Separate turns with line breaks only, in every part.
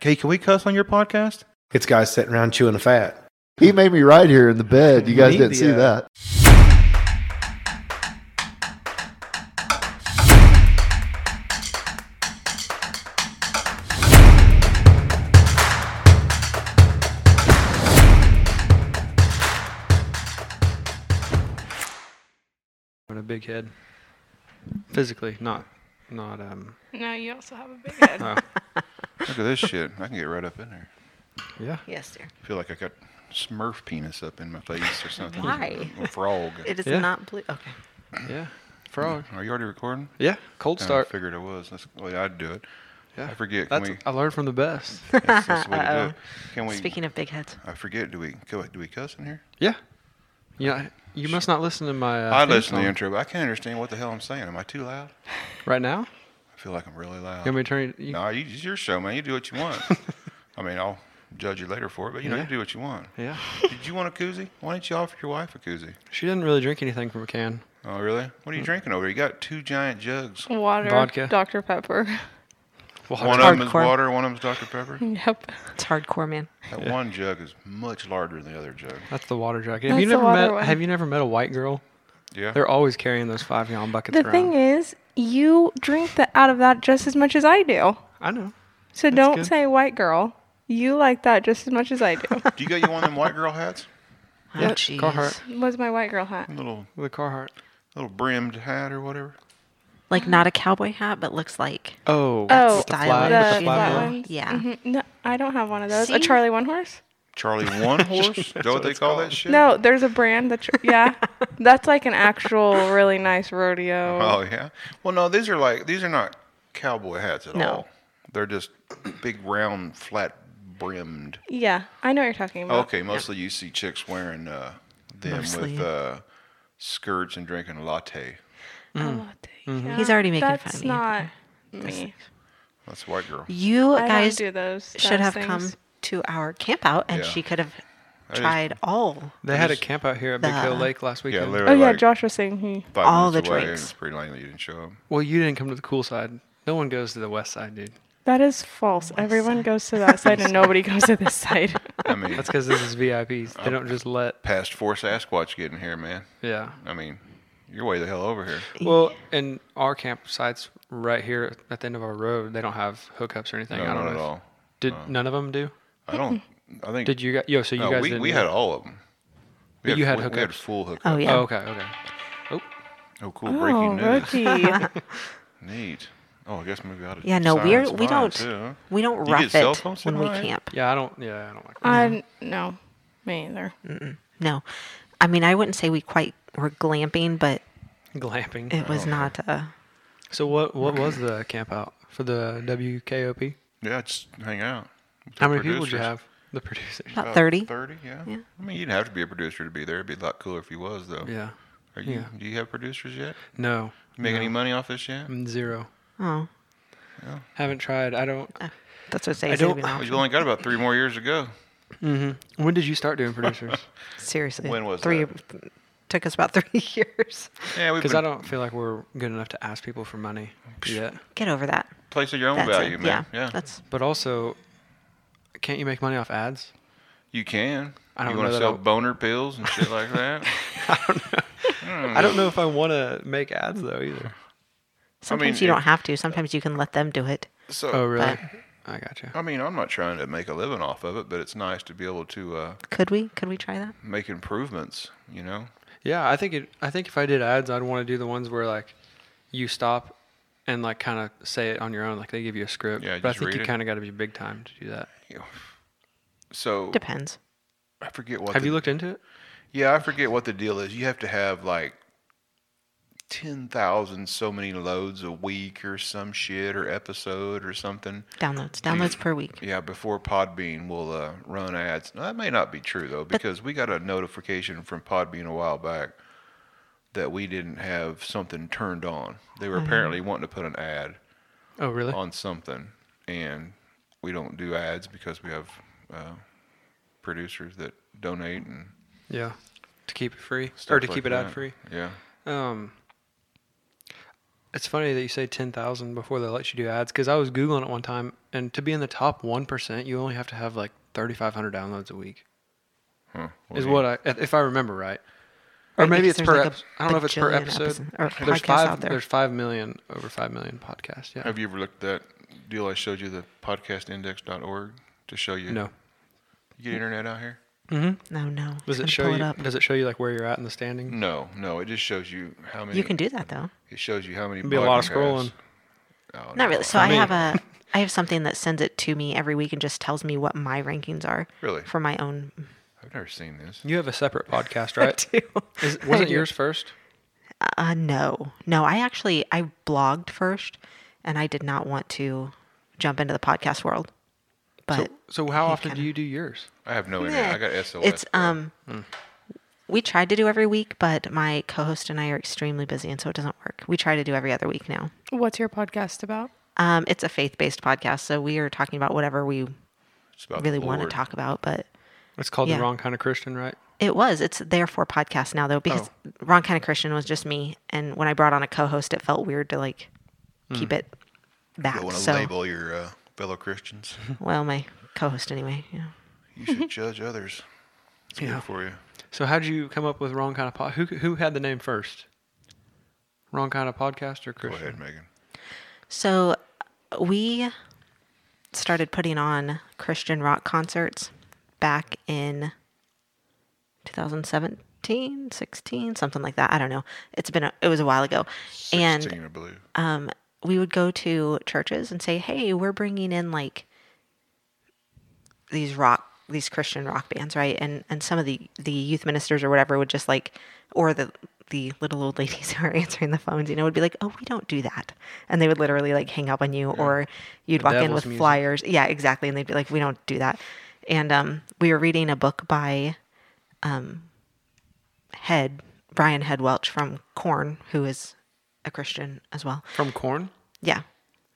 Hey, can we cuss on your podcast?
It's guys sitting around chewing the fat.
He made me ride here in the bed. You guys didn't
uh,
see
Media.
that.
having a big head. Physically, not not um
No, you also have a big head.
oh,
Look at this shit. I can get right up in there.
yeah.
Yes, dear.
I feel like I got Smurf penis up in my face or something.
Why?
A frog.
It is
Yeah.
not blue. Okay.
Yeah. Frog.
Are you already recording?
Yeah. Cold
Yeah,
start.
Uh, I figured it was. That's the way I'd do it.
Yeah.
I forget. Can
That's
we?
I learned from the best.
That's, that's the way to do it. Can we?
Speaking of big heads,
I forget. Do we? go- Do we cuss in here?
Yeah. Yeah. You must not listen to my uh,
I
theme
listen to the
song.
intro, but I can't understand what the hell I'm saying. Am I too loud?
right now.
I feel like I'm really loud.
You want me to turn you,
No, you, it's your show, man. You do what you want. I mean, I'll judge you later for it, but you know,
Yeah.
you do what you want.
Yeah.
Did you want a koozie? Why didn't you offer your wife a koozie?
She didn't really drink anything from a can.
Oh, really? What are you drinking over? there? You got two giant jugs.
Water,
Vodka.
Dr. Pepper.
Water.
One of them is
hardcore.
water, one of them is Dr. Pepper.
yep.
it's hardcore, man.
That one jug is much larger than the other jug.
That's the water jacket. Have you
That's the
never
water
met
one.
have you never met a white girl?
Yeah.
They're always carrying those five gallon buckets
The
around.
thing is, you drink the, out of that just as much as I do.
I know.
So
That's
don't
good.
say white girl. You like that just as much as I do.
Do you got you one of them white girl hats?
Oh,
Yeah,
jeez.
Carhartt.
What's my white girl hat?
Little
The Carhartt.
little brimmed hat or whatever.
Like not a cowboy hat, but looks like.
Oh.
Oh,
with the
style
flag,
of
with
the
the flag
flag.
on it.
ones?
Yeah.
Mhm. No, I don't have one of those. A
See?
Charlie One Horse?
Charlie One Horse? Is that what they call that shit?
No, there's a brand that. you- Yeah, that's like an actual really nice rodeo.
Uh-huh.
Oh yeah. Well, no, these are like these are not cowboy hats at
No.
all. They're just big, round, flat brimmed.
Yeah, I know what you're talking about.
Okay, mostly you see chicks wearing uh, them
Mostly.
with uh, skirts and drinking a latte.
Mm. Mm-hmm.
He's already making fun
Oh, that's
of me.
not me.
That's a white girl.
You
I
guys
don't do those.
should
those
have
things.
come to our camp out and
Yeah.
she could have
is-
tried all.
They had a camp out here at Big Hill
The-
Lake last
Yeah,
weekend.
Oh
literally.
yeah,
like
Josh was saying he.
five
all
minutes
the
away, and
drinks.
It's pretty lame that you didn't show up.
Well, you didn't come to the cool side. No one goes to the west side, dude.
That is false. Everyone goes to that side and nobody goes to this side.
I mean,
That's because this is VIPs. They don't just let.
past four Sasquatch getting here, man.
Yeah.
I mean, you're way the hell over here.
Well, and our campsites right here at the end of our road, they don't have hookups or anything.
No,
I don't
not
know
at
if-
all.
Did none of them do?
I don't. I think.
Did you guys? Yo, so you
no,
guys
we,
didn't
we
do
had
that?
all of them. We
But you had
we, we had
hookups.
full hookups.
Oh, yeah.
Oh, okay, okay.
Oh, cool. Breaking news.
rookie.
Neat. Oh, I guess maybe I ought to.
Yeah, no,
sign
we're
some
we
mine,
don't
too, huh?
we don't
You get
rough
cell
it
phones
when we
tonight?
camp.
Yeah, I don't. Yeah, I don't
Uh,
like.
I n- no, me either.
No, I mean I wouldn't say we quite were glamping, but
glamping.
it
Oh,
was not. Uh,
So what? What was the camp out for the WKOP?
Yeah, just hang out. with the
How many people did you
producers.
have? The producers.
About
About
30.
Thirty, yeah. I mean, you'd have to be a producer to be there. It'd be a lot cooler if you was though.
Yeah.
Are you?
yeah.
Do you have producers yet?
No.
You make
no. Mm.
any money off this yet?
I'm zero.
oh,
Haven't tried. I don't.
Uh. that's what
I
I say.
don't-
Well, you only got about three more years to go.
When did you start doing producers?
Seriously,
When was
three?
that?
Took us about three years.
Yeah, we've
Because
been
I don't feel like we're good enough to ask people for money yet.
Get over that.
place of your own
That's
value,
it.
man.
Yeah, that's
But also, can't you make money off ads?
you can.
I don't
you wanna
know that
sell
I'll-
boner pills and shit like that.
I don't know if I want to make ads though either.
mean,
sometimes you
if-
don't have to. Sometimes you can let them do it.
So,
Oh, really?
But-
I gotcha.
I mean, I'm not trying to make a living off of it, but it's nice to be able to uh,
Could we? Could we try that?
make improvements. You know,
Yeah, I think it, I think if I did ads, I'd want to do the ones where like you stop and like kind of say it on your own, like they give you a script.
Yeah,
but I
just
think
read
you
it.
kind of got to be big time to do that.
You- so
Depends.
I forget what
Have
the-
you looked into it?
Yeah, I forget what the deal is. You have to have like 10,000 so many loads a week or some shit or episode or something.
Downloads. Downloads per week.
Yeah, before Podbean will uh, run ads. Now, that may not be true though, because we got a notification from Podbean a while back that we didn't have something turned on. They
Mm-hmm.
were apparently wanting to put an ad
Oh, really?
on something, and we don't do ads because we have uh, producers that donate and
Yeah. To keep it free
stuff
or to
like
keep it
that.
ad free.
Yeah.
Um, It's funny that you say 10,000 before they let you do ads because I was Googling it one time, and to be in the top 1%, you only have to have like 3,500 downloads a week,
Huh.
is
do you-
what I, if if I remember right. Or
Right,
maybe it's
because there's
per,
like a
episode. I don't know if it's per
bajillion
episode.
episode- or
there's
podcasts
five,
out there.
There's 5 million, over 5 million podcasts. Yeah.
Have you ever looked at that deal I showed you, the podcastindex.org, to show you?
No.
You get internet out here?
No, no.
Does
I'm
it
gonna
show
pull
you?
It up.
Does it show you like where you're at in the standing?
No, no. It just shows you how many.
You can do that though.
It shows you how many.
It'd be a lot of
podcasts.
scrolling.
Oh,
Not really. So
I
I,
mean-
have a I have something that sends it to me every week and just tells me what my rankings are.
Really?
For my own
I've never seen this.
You have a separate podcast, right? Is, was
I
it
do.
yours first?
Uh no. No, I actually I blogged first and I did not want to jump into the podcast world. But
So how
He
often do
kinda-
you do yours?
I have no internet.
Meh.
I got SLS.
It's
bro.
um
Hmm.
we tried to do every week, but my co-host and I are extremely busy and so it doesn't work. We try to do every other week now.
What's your podcast about?
Um it's a faith-based podcast, so we are talking about whatever we
It's about the
um, really want to
Lord.
talk about, but
It's called
Yeah.
the wrong kind of Christian, right?
It was. It's therefore podcast now though because
Oh.
Wrong Kind of Christian was just me, and when I brought on a co-host, it felt weird to like keep it
Hmm. You
that.
want to
So
label your uh, fellow Christians.
well, my co-host anyway. Yeah.
You should judge others. It's
Yeah.
good for you.
So how did you come up with wrong kind of pod? Who who had the name first? Wrong kind of podcast or
Go
Christian?
ahead, Megan.
So we started putting on Christian rock concerts back in 2017, 16, something like that. I don't know. It's been a, it was a while ago, and
16, I believe.
um, we would go to churches and say, "Hey, we're bringing in like these rock, these Christian rock bands, right?" And and some of the the youth ministers or whatever would just like, or the the little old ladies who are answering the phones, you know, would be like, "Oh, we don't do that," and they would literally like hang up on you, or you'd
The
walk in
devil's
with
music.
flyers, yeah, exactly, and they'd be like, "We don't do that." And um, we were reading a book by um, Head Brian Head Welch from Corn, who is a Christian as well.
From Corn.
Yeah.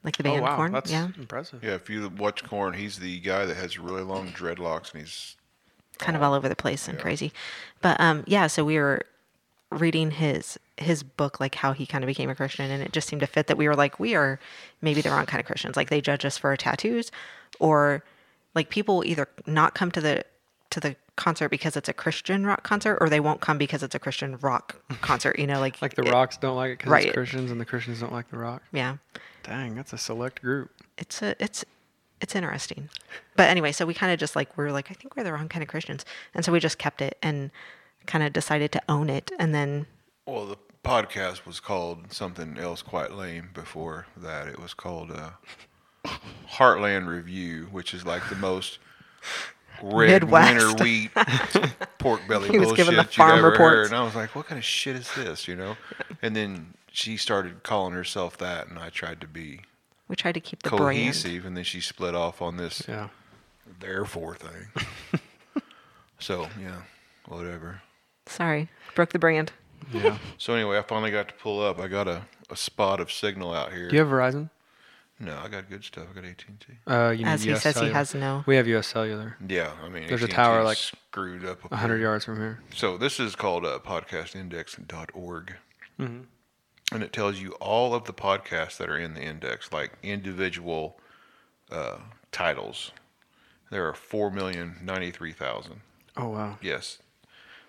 Like the
Oh
band
wow,
Corn.
that's
yeah.
impressive.
Yeah, if you watch Corn, he's the guy that has really long dreadlocks, and he's
Kind of all over the place and crazy. But um yeah, so we were reading his his book like how he kind of became a Christian and it just seemed to fit that we were like we are maybe the wrong kind of Christians. Like they judge us for our tattoos or like people will either not come to the to the concert because it's a Christian rock concert or they won't come because it's a Christian rock concert, you know, like
Like the
it-
rocks don't like it because
right.
it's Christians, and the Christians don't like the rock.
Yeah.
Dang, that's a select group.
it's a it's it's interesting but anyway so we kind of just like we were like i think we're the wrong kind of christians and so we just kept it and kind of decided to own it and then
Well, the podcast was called something else quite lame before that. It was called uh, Heartland Review, which is like the most red
Midwest.
winter wheat pork belly
He was
bullshit
given the
you've
farm
ever heard.
reports.
And I was like, what kind of shit is this, you know? And then she started calling herself that, and I tried to be
we tried to keep the brand
cohesive, and then she split off on this
Yeah.
therefore thing. so, yeah, whatever.
sorry broke the brand
Yeah.
So anyway, I finally got to pull up. I got a, a spot of signal out here.
do you have Verizon?
No, I got good stuff. I got AT&T.
Uh, you mean
as he
US
says
Cellular.
he has no
We have U.S. Cellular,
Yeah, I mean,
There's a
AT&T
tower, like,
screwed up. up
a hundred
here.
yards from here.
So this is called uh, podcastindex.org,
Mm-hmm.
and it tells you all of the podcasts that are in the index, like individual uh, titles. There are four million ninety-three thousand.
Oh wow.
Yes.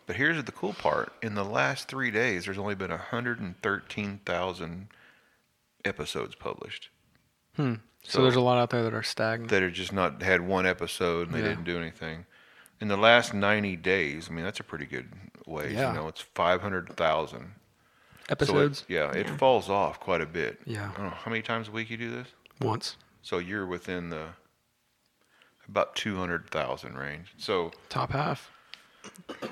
But here's the cool part. In the last three days, there's only been 113,000 episodes published
So, there's a lot out there that are stagnant.
that are just not had one episode and they
Yeah.
didn't do anything. In the last 90 days, I mean, that's a pretty good way.
Yeah.
You know, it's 500,000. So
Episodes.
it, yeah, it falls off quite a bit.
Yeah.
I don't know how many times a week you do this.
Once.
So you're within the about 200,000 range. So,
Top half.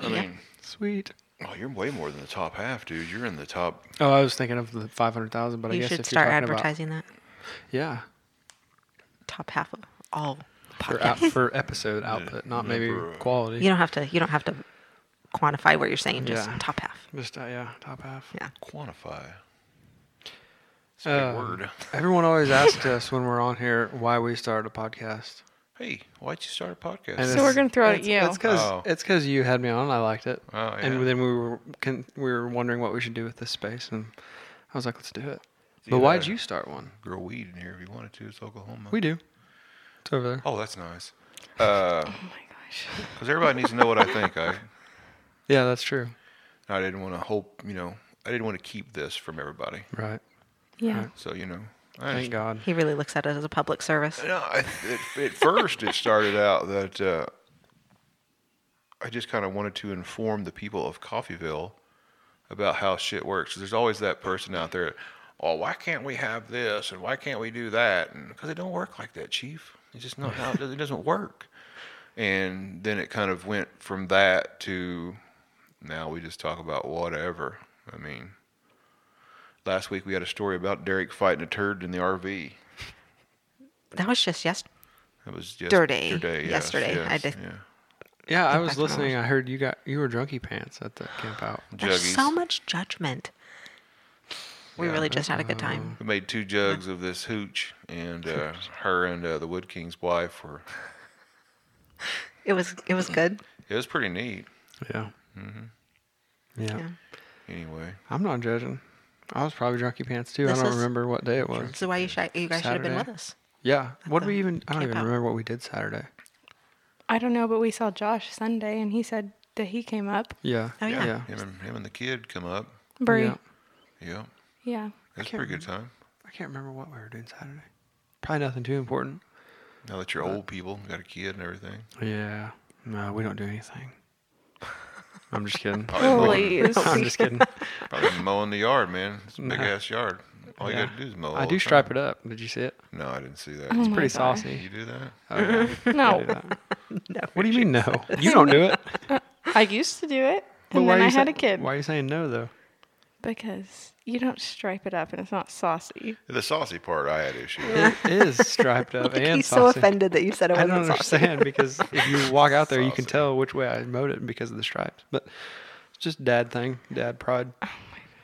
I mean,
Sweet.
oh, you're way more than the top half, dude. You're in the top
Oh, I was thinking of the five hundred thousand, but I
you
guess
should
if
start
you're talking
advertising that
About, yeah,
top half of all
for
podcasts
out, for episode output, not maybe
number, uh,
quality.
you don't have to you don't have to quantify what you're saying just
Yeah.
top half
Just uh, yeah, top half.
yeah
quantify. It's a
Uh,
big word.
Everyone always asks us when we're on here why we started a podcast.
Hey, why'd you start a podcast?
And
So we're
it's-
gonna throw it at you.
It's because
Oh.
it's because you had me on. I liked it.
Oh, yeah.
And then we were con- we were wondering what we should do with this space, and I was like, let's do it. But why'd you start one?
grow weed in here if you wanted to? It's Oklahoma.
We do. It's over there.
Oh, that's nice. Because everybody needs to know what I think. I
Yeah, that's true.
I didn't want to hope, you know, I didn't want to keep this from everybody.
Right. Uh,
Yeah.
So you know, I
Thank God.
He really looks at it as a public service.
No, I, it, at first it started out that uh, I just kind of wanted to inform the people of Coffeeville about how shit works. 'Cause There's always that person out there, oh, why can't we have this and why can't we do that? And because it don't work like that, Chief. It's just not how it does- it doesn't work. And then it kind of went from that to now we just talk about whatever. I mean, last week we had a story about Derek fighting a turd in the RV.
That was just yes.
It was just
Dirty.
yesterday. yes,
Yesterday,
yes,
I did-
Yeah.
Yeah, I was
back when I was-
listening. I heard you got you were drunky pants at the camp out.
There's
Juggies.
so much judgment. We really just had a good time.
we made two jugs of this hooch, and uh, her and uh, the Wood King's wife were.
It was it was good.
It was pretty neat.
Yeah. Mm-hmm. Yeah.
Yeah.
Anyway,
I'm not judging. I was probably drunky pants too.
This
I don't
was-
remember what day it was.
So why you, sh- you guys should have been
Saturday.
with us.
Yeah. What
the
did we even? I don't
camp
even
out.
remember what we did Saturday.
I don't know, but we saw Josh Sunday, and he said that he came up.
Yeah.
Oh, yeah.
Yeah.
him and him and the kid come up.
Bree.
Yeah.
Yeah.
Yeah, it was a
can't
pretty good time.
I can't remember what we were doing Saturday. Probably nothing too important.
Now that you're old people, got a kid and everything.
Yeah. No, we don't do anything. I'm just kidding.
Oh, Holy.
I'm just kidding.
Probably mowing the yard, man. It's a big ass yard. All you got to do is mow.
I do stripe it up. Did you see it?
No, I didn't see that.
Oh my
Pretty
gosh.
You
saucy.
do that?
Oh, yeah.
No,
What do you mean no? You don't do it.
I used to do it,
But
and
why
then
are
I
you
had
say-
a kid.
Why are you saying no though?
Because you don't stripe it up, and it's not saucy.
The saucy part, I had issue. with.
It is striped up and
He's so
saucy.
offended that you said it
I
wasn't
don't understand because if you walk out there, you can
Saucy.
tell which way I mowed it because of the stripes. But it's just dad thing, dad pride.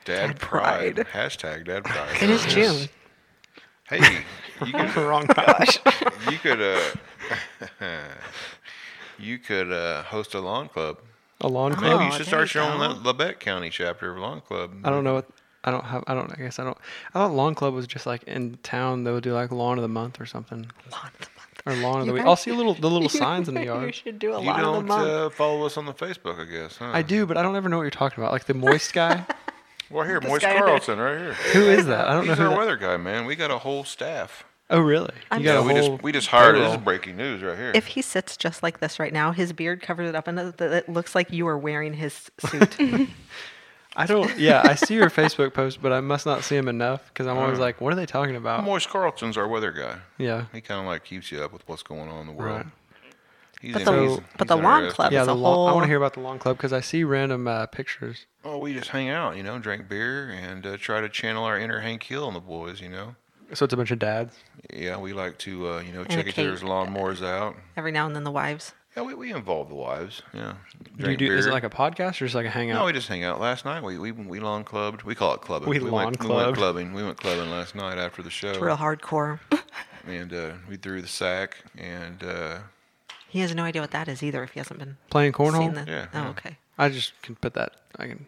Dad pride. Hashtag dad pride.
It is June.
Hey, you can
Wrong time.
you could uh you could uh host a lawn club
A lawn
maybe
club.
you should
Oh, there
start
you
your own
go.
La- labette county chapter of lawn club
I don't know what. I don't have. I don't. I guess I don't. I thought lawn club was just like in town. They would do like lawn of the month or something,
Lawn of the month.
or lawn of the
You
week.
guys-
I'll see little the little signs in the
You
yard.
should do a
you
lot of the
don't
month.
uh, follow us on the facebook i guess huh
I do, but I don't ever know what you're talking about. Like the moist guy.
well here moist
guy-
carlson right here
who is that? I don't know
he's
who.
our
that-
weather guy man we got a whole staff
Oh really? You
yeah,
got a
we
whole.
just we just hired this
payroll.
is breaking news right here
if he sits just like this right now, his beard covers it up, and it- it looks like you are wearing his suit.
I don't. Yeah, I see your Facebook post, but I must not see him enough because I'm always like, what are they talking about?
moist carlson's our weather guy
yeah.
he kind of like keeps you up with what's going on in the world
Right.
he's
But
in-
the-
he's- he's
but the lawn
interested.
club-
Yeah,
That's
the
a
lawn. I want
whole-
to hear about the lawn club because I see random uh, pictures.
Oh, we just hang out, you know, drink beer and uh, try to channel our inner Hank Hill and the boys, you know.
So it's a bunch of dads.
Yeah, we like to, uh, you know, check
a
each other's
cake.
lawnmowers out.
Every now and then, the wives.
Yeah, we, we involve the wives. Yeah.
Do you do? Is it like a podcast or just like a hangout?
No, we just hang out. Last night we we, we lawn clubbed. We call it clubbing.
We lawn
went, We
clubbed.
went clubbing. We went clubbing last night after the show.
It's real hardcore.
And uh, we threw the sack and uh,
He has no idea what that is either. If he hasn't been
Playing
seen
cornhole.
the.
Yeah,
oh,
yeah.
okay.
I just can put that. I can.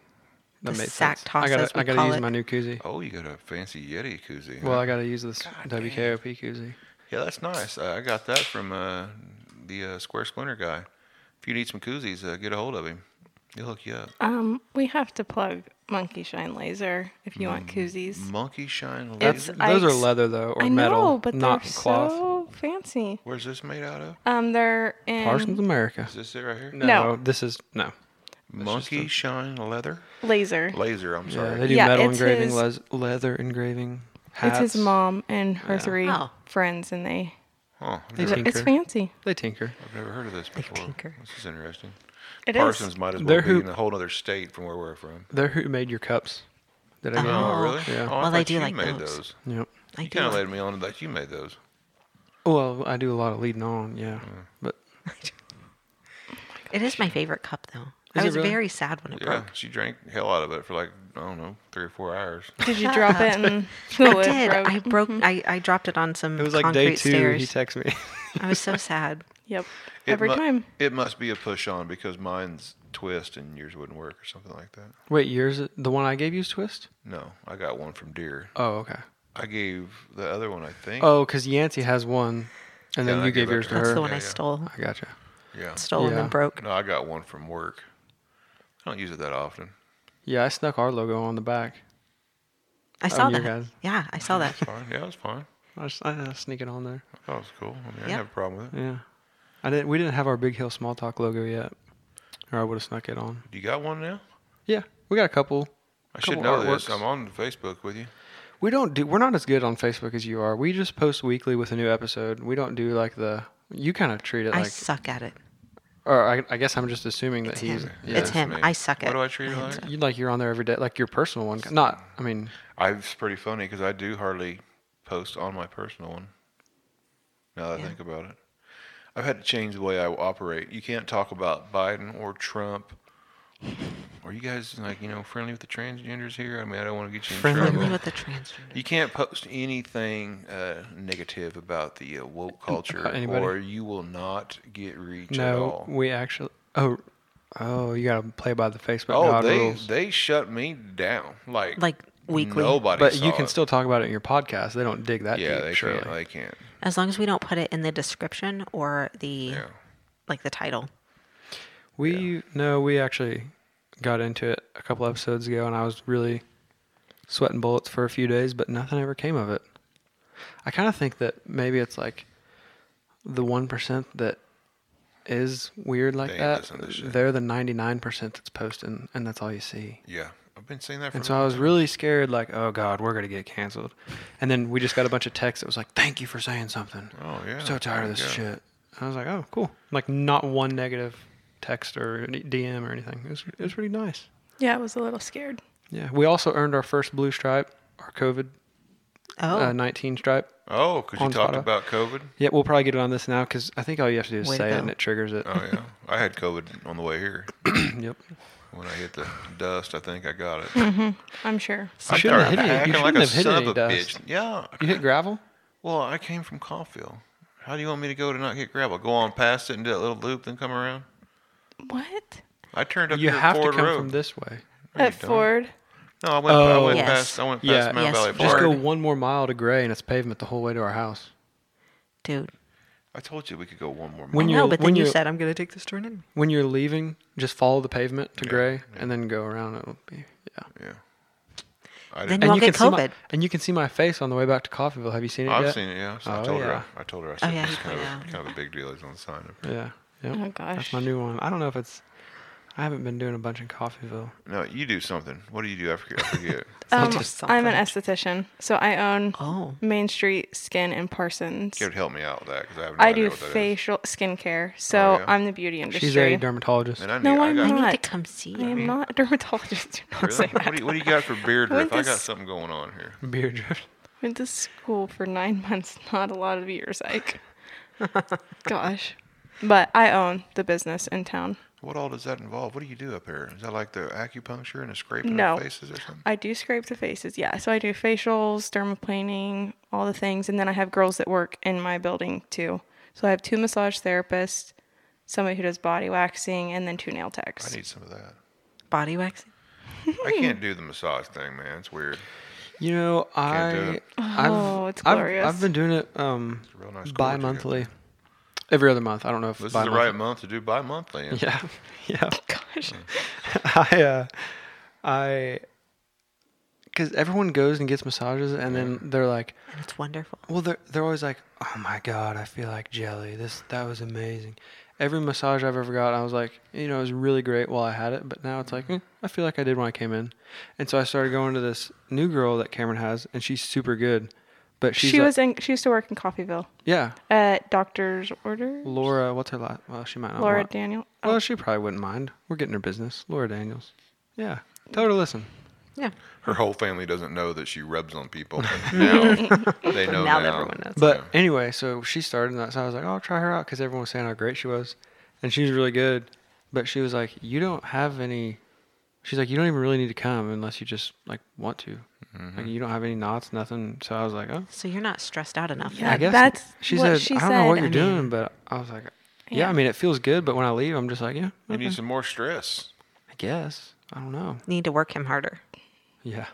That
The
makes
sack
sense.
toss,
I gotta.
as we
I gotta
call
use
it.
my new koozie.
oh, you got a fancy Yeti koozie.
Well,
huh?
I gotta use this WKOP koozie.
yeah, that's nice. Uh, I got that from uh, the uh, Square Splinter guy. If you need some koozies, uh, get a hold of him. He'll hook you up.
Um, we have to plug Monkey Shine Laser if you want koozies.
Monkey shine.
It's-
laser?
I
Those are
ex-
leather though, Mm. or
I
metal,
know, but
not
they're
cloth.
so fancy.
Where's this made out of?
Um, they're in
Parsons America.
Is this it right here?
No, this is no.
Monkey shine leather.
laser.
Laser. I'm
Yeah,
sorry.
they do
Yeah,
metal
it's
engraving,
his-
les- leather engraving. Hats.
It's his mom and her three
Oh.
friends, and they.
Huh, I've
They
never,
tinker.
It's fancy.
They tinker.
I've never heard of this before.
tinker.
This is interesting.
It is.
Parsons might as well
They're
be
who-
in a whole other state from where we're from.
They're who made your cups. Did I
Oh,
get that?
really?
Yeah.
Oh, I
Well, they
thought
do
you
like
made
those.
those.
Yep.
I
You kind
do.
of
Like,
led me on to that. You made those.
Well, I do a lot of leading on, yeah.
Mm.
But
it is my favorite cup, though. I
it
was
really?
very sad when it
Yeah,
broke.
she drank the hell out of it for like I don't know three or four hours.
Did you drop it in the
I
wood?
did.
broke?
I broke. I, I dropped it on some
it was like
concrete
day two. He
stairs.
texted me.
I was so sad.
Yep.
It
Every
mu-
time.
It must be a push on because mine's twist and yours wouldn't work or something like that.
Wait, yours? The one I gave you is twist.
No, I got one from Deer.
Oh, okay.
I gave the other one. I think.
Oh, because Yancey has one, and then
Yeah, I
you
gave
gave
that
yours
to
to
her.
her.
That's the one I
yeah.
stole.
I gotcha.
Yeah.
Stole and
Yeah.
then broke.
No, I got one from work. I don't use it that often.
Yeah, I snuck our logo on the back.
I saw
Oh, you
that.
guys.
Yeah, I saw that.
It's fine. Yeah, it's fine.
I just I, I sneak it on there.
I thought it was Oh, cool. I mean, I
Yeah.
didn't have a problem with it.
Yeah, I didn't. We didn't have our Big Hill Small Talk logo yet, or I would have snuck it on.
You got one now?
Yeah, we got a couple.
I should
Couple
know this.
artworks.
I'm on Facebook with you.
We don't do. We're not as good on Facebook as you are. We just post weekly with a new episode. We don't do like the. You kind of treat it
I
like,
suck at it.
or I, I guess I'm just assuming that
It's
he's.
him.
Yeah.
It's him.
me.
I suck at
What do I treat it
am
like?
so-
You like you're on there every day, like your personal one. Not. I mean,
I, it's pretty funny because I do hardly post on my personal one. Now that I
Yeah.
think about it, I've had to change the way I operate. You can't talk about Biden or Trump. Are you guys like you know friendly with the transgenders here? I mean, I don't want to get you in
Friendly
trouble.
Friendly with the transgender.
You can't post anything uh, negative about the uh, woke culture,
About anybody.
or you will not get reach at
no.
all.
We actually. Oh, oh, you gotta play by the Facebook.
Oh,
God
they
rules.
they shut me down like
Like weekly.
Nobody,
but you
saw
can
it.
still talk about it in your podcast. They don't dig that
yeah,
deep.
they
surely.
can't. They can't.
As long as we don't put it in the description or the
Yeah.
like the title.
We no, we actually got into it a couple episodes ago, and I was really sweating bullets for a few days, but nothing ever came of it. I kind of think that maybe it's like the one percent that is weird like
They ain't
that.
listening to shit.
They're the ninety nine percent that's posting, and that's all you see.
Yeah, I've been saying that for.
And
a
so I
long
was
time.
really scared, like, oh god, we're gonna get canceled. And then we just got a bunch of texts that was like, "Thank you for saying something."
Oh yeah.
I'm so tired of
there
this
you go.
shit. I was like, oh, cool. Like, not one negative text or any DM or anything. It was, it was pretty nice.
Yeah, I was a little scared.
Yeah. We also earned our first blue stripe, our COVID
Oh,
uh, 19 stripe.
Oh, because you
on
talked
Spotify.
about COVID.
Yeah, we'll probably get it on this now because I think all you have to do is
Way to
say it
go.
and it triggers it.
Oh yeah, I had COVID on the way here.
yep.
When I hit the dust, I think I got it.
I'm sure.
You
I
shouldn't
started
have hit it. You
acting
shouldn't
like a
have hit
son
any
of a
dust.
bitch. Yeah.
You hit gravel?
Well, I came from Coffville. How do you want me to go to not get gravel? Go on past it and do that little loop, then come around.
What?
I turned up
You
here at
have to
Ford
come
Road.
from this way.
No, you
At
don't.
Ford. Oh,
No, I went. I went
Oh.
Yes.
past. I went past
Yeah.
Mount
Yes,
Valley
Ford.
Park.
Just go one more mile to gray and it's pavement the whole way to our house.
dude.
I told you we could go one more.
When
mile.
I
you're-
know, but
when
then you
you're-
said I'm gonna take this turn in.
When you're leaving, just follow the pavement to
Yeah,
gray and then go around. It'll be, yeah.
yeah. I didn't.
Then you won't
can
get
see my-
COVID.
and you can see my face on the way back to Coffeeville. Have you seen it
I've
yet?
seen it. Yeah, so I
Oh,
told
yeah.
her. I, I told her. I said
yeah,
it's
you
kind
pointed
of,
out.
kind of a big deal. It's on the sign.
Yeah. Yep.
Oh gosh.
That's my new one. I don't know if it's. I haven't been doing a bunch in Coffeeville.
No, you do something. What do you do? I forget. I forget.
Um,
Just
I'm an
something.
esthetician, so I own
Oh,
Main Street Skin and Parsons.
you would help me out with that because I have no
I
idea
do
what that is. Oh,
facial skincare, so
yeah?
I'm the beauty industry.
She's a dermatologist.
And I need,
No,
I
I'm
got,
not.
I need to
What?
come see
I
you.
am not a dermatologist. Do not
Really?
say
What
that.
do, you, what do you got for beard
When
riff? I got
does-
something going on here.
Beard drift.
Went to school for nine months, not a lot of years, Ike. Gosh. But I own the business in town.
What all does that involve? What do you do up there? Is that like the acupuncture and the scraping
No.
of faces or something?
I do scrape the faces, yeah. So I do facials, dermaplaning, all the things. And then I have girls that work in my building too. So I have two massage therapists, somebody who does body waxing, and then two nail
I
techs.
need some of that.
Body waxing.
I can't do the massage thing, man. It's weird.
You know, I.
do it.
I've,
Oh, it's
I've,
glorious.
I've been doing it um,
It's a real nice cord you got
bi-monthly,
there.
every other month. I don't know if
This is the
bi-monthly.
right month to do bi-monthly. and
Yeah, yeah.
Gosh.
I, uh, I, because everyone goes and gets massages, and then they're like,
And it's wonderful.
Well, they're they're always like, "Oh my god, I feel like jelly. This that was amazing." Every massage I've ever got, I was like, you know, it was really great while I had it, but now it's like,
Mm-hmm.
eh, I feel like I did when I came in. And so I started going to this new girl that Cameron has, and she's super good. But she's
she
like-
was in she used to work in Coffeeville
yeah,
at Doctor's Order.
Laura. What's her last? Well, she might not.
Laura oh.
want-
Daniel.
Well, she probably wouldn't mind. We're getting her business, Laura Daniels. Yeah, tell her to listen.
Yeah.
Her whole family doesn't know that she rubs on people. Now they know now.
Now that everyone knows.
But anyway, so she started that. So I was like, oh, I'll try her out because everyone was saying how great she was. And she was really good. But she was like, you don't have any. She's like, you don't even really need to come unless you just like want to. Like you don't have any knots, nothing. So I was like, oh,
So you're not stressed out enough.
Yeah.
I guess
that's
she
what
said.
she
I don't know what
said,
you're
I
doing, but I was like, yeah, I mean, it feels good, but when I leave, I'm just like, yeah,
You
okay,
Mm-hmm.
need some more stress.
I guess. I don't know.
Need to work him harder.
Yeah.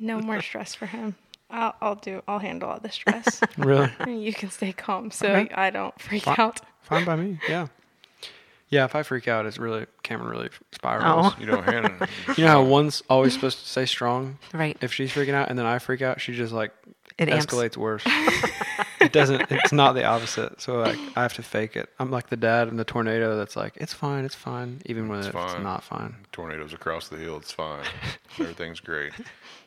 No more stress for him. I'll, I'll do. I'll handle all the stress.
Really?
and you can stay calm so
Okay.
I don't freak
Fine.
out.
Fine by me. Yeah. Yeah. If I freak out, it's really Cameron really
Oh.
spirals.
You don't handle it.
You know how one's always supposed to stay strong.
Right.
If she's freaking out and then I freak out, she just like
It amps.
escalates worse. it doesn't. It's not the opposite. So like I have to fake it. I'm like the dad in the tornado that's like it's fine, it's fine, even when it's,
fine.
not fine.
Tornadoes across the hill. It's fine. Everything's great.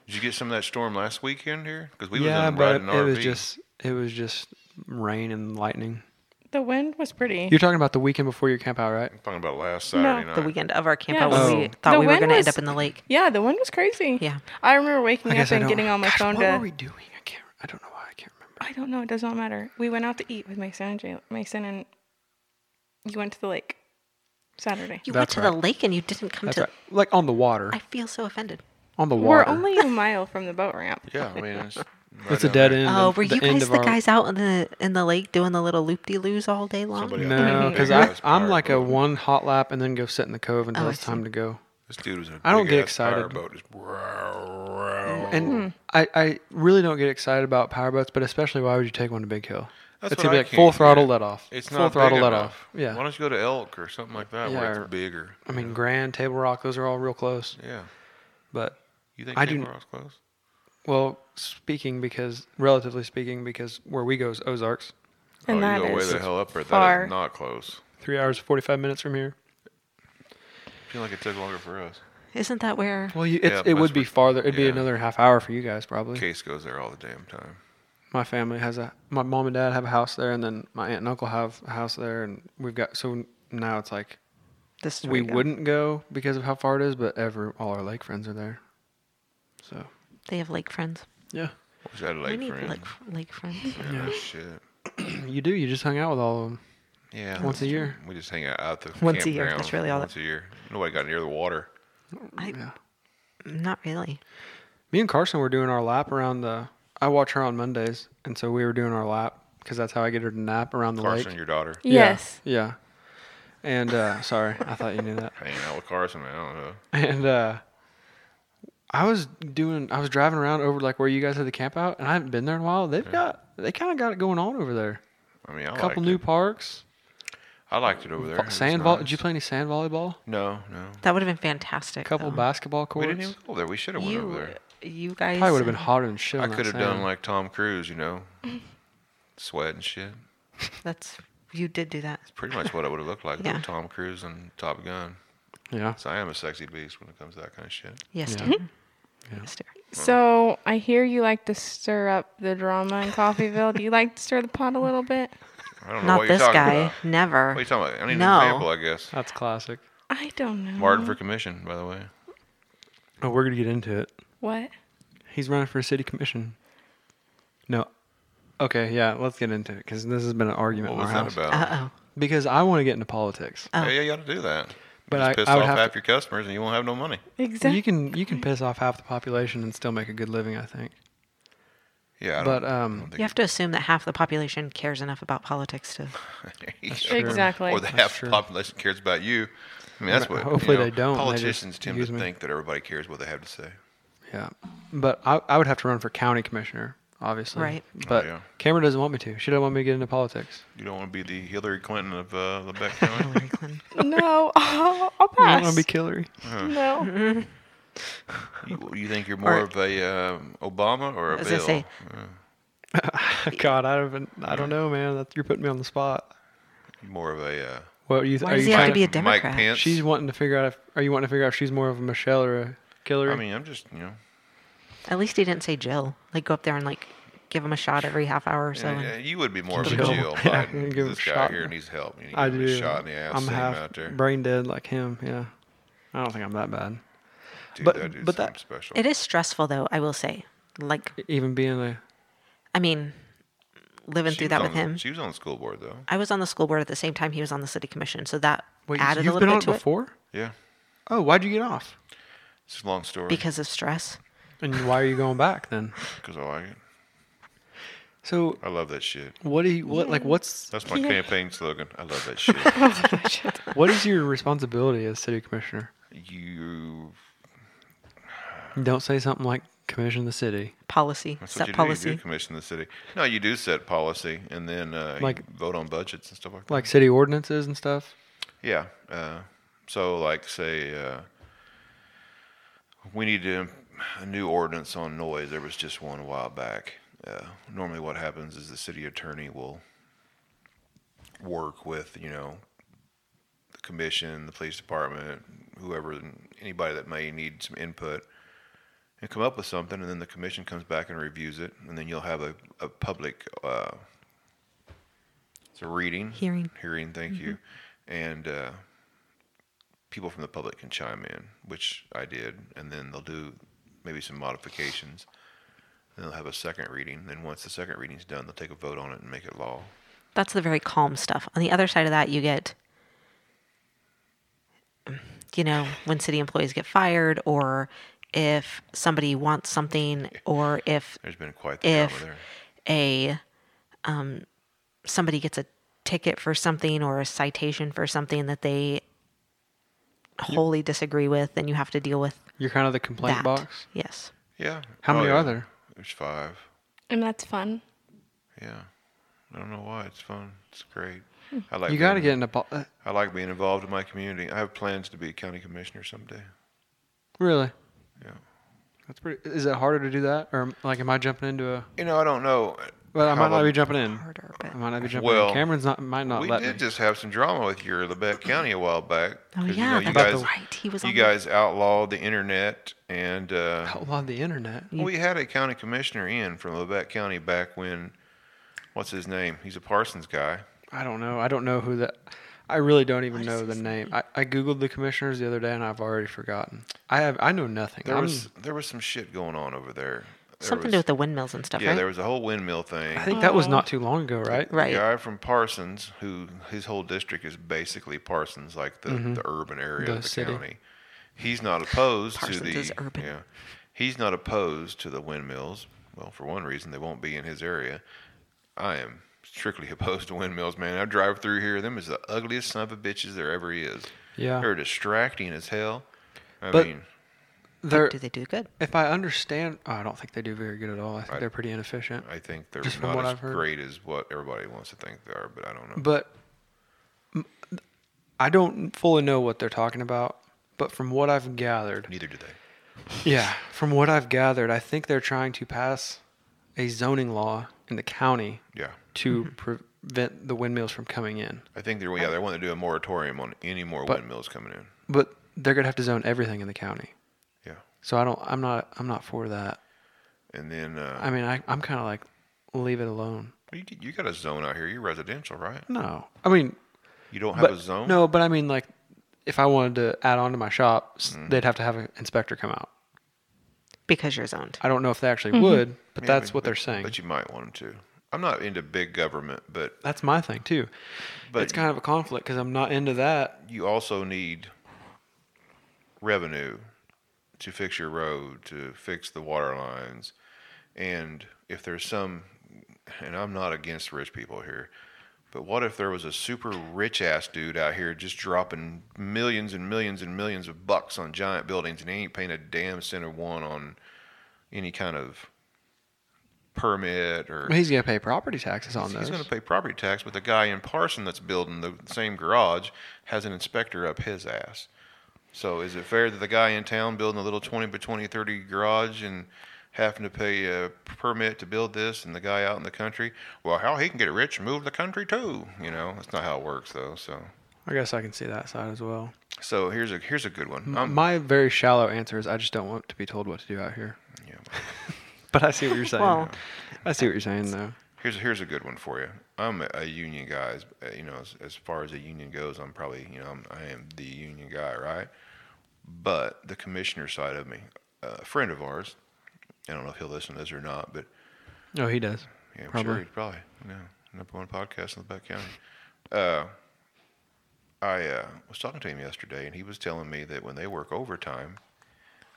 Did you get some of that storm last weekend here? Because we
yeah,
was in
but
riding
it,
RV.
was just it was just rain and lightning.
The wind was pretty.
You're talking about the weekend before your camp out, right?
I'm talking about last Saturday night.
the weekend of our camp
Yeah,
out when
Oh.
we thought
the
we were
wind
going to end
was-
up in the lake.
yeah, the wind was crazy.
Yeah.
I remember waking
I
up
guess I
and
don't-
getting on my
Gosh,
phone
What
to.
were we doing? I can't. I don't know why I can't remember.
I don't know. It does not matter. We went out to eat with Mason and Jay- Mason, and you went to the lake Saturday.
You
That's
went to
right.
the lake and you didn't come
That's
to.
right. Like on the water.
I feel so offended.
on the
We're
water.
only a mile from the boat ramp.
yeah, I mean, it's, right
That's a
down
dead
there.
end.
oh,
of-
were you
the end
guys
of
the
our-
guys out in the in the lake doing the little loop de loos all day long?
Somebody out there.
No, because
Yeah,
I
it's
I'm
power
like a
boat.
one hot lap and then go sit in the cove until
Oh, I
it's time
see.
to go.
This dude was in a
I don't
big
get
ass
excited.
Powerboat. Just row, row.
And I, I really don't get excited about power boats, but especially why would you take one to Big Hill?
That's
it's
what
gonna be
I
like full
can't
throttle
get.
let off.
it's
full
not
throttle
big
let
enough.
off. Yeah.
Why don't you go to Elk or something like that
Yeah,
where
or-
it's bigger?
I mean, Grand, Table Rock, those are all real close.
Yeah.
But
You think
I
I
do-
do close?
well, speaking because relatively speaking, because where we go is Ozarks,
And
oh,
that
you go way
is
the hell up there. That
far.
is not close.
three hours forty five minutes from here.
I feel like it took longer for us.
Isn't that where?
Well, you,
Yeah,
it's, it
but
would
that's
be
where-
farther. It'd be
yeah.
another half hour for you guys probably.
Case goes there all the damn time.
my family has a my mom and dad have a house there and then my aunt and uncle have a house there and we've got so now it's like
This is where
we
go.
wouldn't go because of how far it is but ever all our lake friends are there so
They have lake friends.
yeah
Wish I had a
We
lake
need
friend.
lake, lake friends.
Yeah,
Yeah.
shit.
you do you just hung out with all of them
Yeah.
Once a year.
We just hang out at the
Once a year,
campground
that's really all that-
Once a year. Nobody got near the water.
I,
yeah
Not really.
me and carson were doing our lap around the i watch her on mondays and so we were doing our lap because that's how i get her to nap around the
Carson,
lake
your daughter.
Yeah,
Yes.
yeah, and uh sorry i thought you knew that
Hanging out with Carson, man. I don't know.
and uh I was doing I was driving around over like where you guys had the camp out and I haven't been there in a while. They've got they kind of got it going on over there.
I mean, I
A
liked
couple new
it.
parks.
I liked it over there. It was
sand vol-
nice.
did you play any sand volleyball?
No, no.
That would have been fantastic.
A couple
though.
basketball
We
courts.
didn't even go there. We should have went over
You,
there.
you guys
Probably would have been
uh,
hotter than shit.
I
on that
could have done
sand.
like Tom Cruise, you know, sweat and shit.
That's you did do that.
Pretty much what I would have looked like with
Yeah.
Tom Cruise and Top Gun.
yeah.
So I am a sexy beast when it comes to that kind of shit.
Yes,
Yeah.
dear.
Mm-hmm.
Yes, dear.
So I hear you like to stir up the drama in Coffeeville. Do you like to stir the pot a little bit?
I don't know
Not
what you're
this
talking
guy.
about.
Never.
What are you talking about? I need
No. Uh,
an example, I guess.
That's classic.
I don't know.
Martin for commission, by the way.
Oh, we're gonna get into it.
What?
He's running for a city commission. No. Okay, yeah, let's get into it because this has been an argument
What
in our
was that
house.
about?
Uh oh.
Because I want to get into politics.
Oh.
Yeah, yeah, you ought to do that.
But
But
I-
just piss
I would
off
have
half
to-
your customers and you won't have no money.
Exactly.
You can you can piss off half the population and still make a good living, I think.
Yeah, I don't,
But
I
um,
don't think
You have to assume that half the population cares enough about politics to.
true.
Exactly.
Or the half
true.
the population cares about you. I mean, that's
Right.
what.
Hopefully
you know,
they don't. They just
Politicians tend
use
to
me.
think that everybody cares what they have to say.
Yeah, but I, I would have to run for county commissioner, obviously.
Right.
But
Oh, yeah.
Cameron doesn't want me to. She doesn't want me to get into politics.
You don't want to be the Hillary Clinton of uh, Lebec County.
Hillary Clinton.
no, I'll, I'll
I don't
pass.
want to be Hillary.
no.
you, you think you're more
Or-
of a um, Obama or a
I was
Bill?
gonna say-
Uh,
God, I don't. I don't know, man. That's, you're putting me on the spot.
you're more of a. Uh,
What you?
Why
are
does
you
he have
trying
to be a
Mike
Democrat?
Pence.
She's wanting to figure out. If, are you wanting to figure out if she's more of a Michelle or a Hillary?
I mean, I'm just you know.
At least he didn't say Jill. Like go up there and like give him a shot every half hour or so.
yeah,
and-
yeah, you would be more of a
Jill.
Jill
Yeah, I'm
Biden.
gonna give him
this
a
guy
shot.
here needs help. You need
I
to give him
do.
a shot in the ass.
I'm
send him
half
out there.
brain dead like him. Yeah, I don't think I'm that bad.
Dude,
but-
that dude's
but that-
something special.
It is stressful though. I will say. Like
E, Even being a
I mean, living
She
through
was
that
on
with
the-
him.
She was on the school board though.
I was on the school board at the same time he was on the city commission, so that
wait.
added a
you've been
little bit
on it
to
before?
Yeah,
Oh, why'd you get off?
it's a long story.
it because of stress.
And why are you going back then?
'Cause I like it.
So
I love that shit.
what do you? What
Hmm.
like what's
That's my
Yeah.
campaign slogan. I love that shit.
what is your responsibility as city commissioner?
you
Don't say something like commission the city.
policy,
That's what
set
you do. You
policy.
do commission the city. No, you do set policy and then uh, you
Like-
vote on budgets and stuff like that.
Like city ordinances and stuff.
Yeah. Uh, so, like, say uh, we need to, a new ordinance on noise. There was just one a while back. Uh, normally, what happens is the city attorney will work with, you know, the commission, the police department, whoever, anybody that may need some input, and come up with something. And then the commission comes back and reviews it. And then you'll have a, a public. Uh, it's a reading.
Hearing.
Hearing, thank you. And uh, people from the public can chime in, which I did. And then they'll do maybe some modifications. Then they'll have a second reading. Then once the second reading's done, they'll take a vote on it and make it law.
That's the very calm stuff. On the other side of that, you get, you know, when city employees get fired or if somebody wants something or if
There's been quite the
if
drama there.
a um, somebody gets a ticket for something or a citation for something that they wholly disagree with, then you have to deal with
You're kind of the complaint
that.
box.
Yes.
Yeah.
How
Oh,
many
yeah.
are there?
There's five.
And that's fun.
Yeah. I don't know why. It's fun. It's great.
Hmm.
I like
You got to
being-
get into po- uh,
I like being involved in my community. I have plans to be a county commissioner someday.
really.
Yeah.
That's pretty. Is it harder to do that, or like, am I jumping into a?
You know, I don't know.
Well, I
how
might not
long-
be jumping in.
Harder,
I
but
might not be jumping
Well,
in. Cameron's not might not
we
let
did
me.
just have some drama with your Labette County a while back.
Oh
'cause, you
yeah,
know, you
that's
guys,
right. He was
you
on Oh, the-
guys outlawed the internet, and uh,
outlawed the internet.
we had a county commissioner in from Labette County back when. What's his name? He's a Parsons guy.
I don't know. I don't know who that. I really don't even know the name. I, I googled the commissioners the other day and I've already forgotten. I have. I know nothing.
There
I'm-
was there was some shit going on over there. There
something to
was-
do with the windmills and stuff,
yeah,
right?
there was a whole windmill thing.
I think that
Oh.
was not too long ago, right?
right.
The guy from Parsons, who his whole district is basically Parsons, like the,
Mm-hmm.
the urban area
The
of the
city.
county. He's not opposed to
Parsons
the
is urban.
yeah. He's not opposed to the windmills. Well, for one reason, they won't be in his area. I am strictly opposed to windmills, man. I drive through here. Them is the ugliest son of a bitches there ever is.
Yeah.
They're distracting as hell. I
But-
mean,
They're,
do they do good?
if I understand, oh, I don't think they do very good at all. I think they're pretty inefficient.
I think they're
Just from
not
what
as
I've heard.
great as what everybody wants to think they are, but I don't know.
But m- I don't fully know what they're talking about. But from what I've gathered,
Neither do they.
Yeah, from what I've gathered, I think they're trying to pass a zoning law in the county
Yeah.
to prevent the windmills from coming in.
I think they're yeah, they want to do a moratorium on any more
But-
windmills coming in.
But they're gonna have to zone everything in the county.
Yeah.
So I don't. I'm not. I'm not for that.
And then uh,
I mean, I, I'm kind of like, leave it alone.
you, you got a zone out here. You're residential, right?
No, I mean,
You don't have
but
a zone.
no, but I mean, like, if I wanted to add on to my shop, s
Mm-hmm.
they'd have to have an inspector come out.
Because you're zoned.
Uh,
I don't know if they actually would, but
Yeah,
that's
but-
what
but-
they're saying.
But you might want them to. I'm not into big government, but
that's my thing too.
But-
it's kind of a conflict because I'm not into that.
you also need revenue to fix your road, to fix the water lines, and if there's some, and I'm not against rich people here. But what if there was a super rich ass dude out here just dropping millions and millions and millions of bucks on giant buildings and he ain't paying a damn cent or one on any kind of permit or
He's gonna pay property taxes on
He's
those.
going to pay property tax, but the guy in Parson that's building the same garage has an inspector up his ass. So is it fair that the guy in town building a little 20 by 20, 30 garage and having to pay a permit to build this and the guy out in the country, well, how he can get rich and move to the country too? You know, that's not how it works though. So,
I guess I can see that side as well.
so here's a, here's a good one. Um,
My very shallow answer is I just don't want to be told what to do out here.
yeah.
But I see what you're saying.
Well-
I see what you're saying though.
Here's here's a good one for you. I'm a, a union guy, as, uh, you know, as, as far as a union goes. I'm probably, you know, I'm, I am the union guy, right? But the commissioner side of me, uh, a friend of ours, I don't know if he'll listen to this or not, but
Oh, he does.
yeah, I'm
Probably.
sure he'd probably, you know, number one podcast in the back county. Uh, I uh, was talking to him yesterday, and he was telling me that when they work overtime,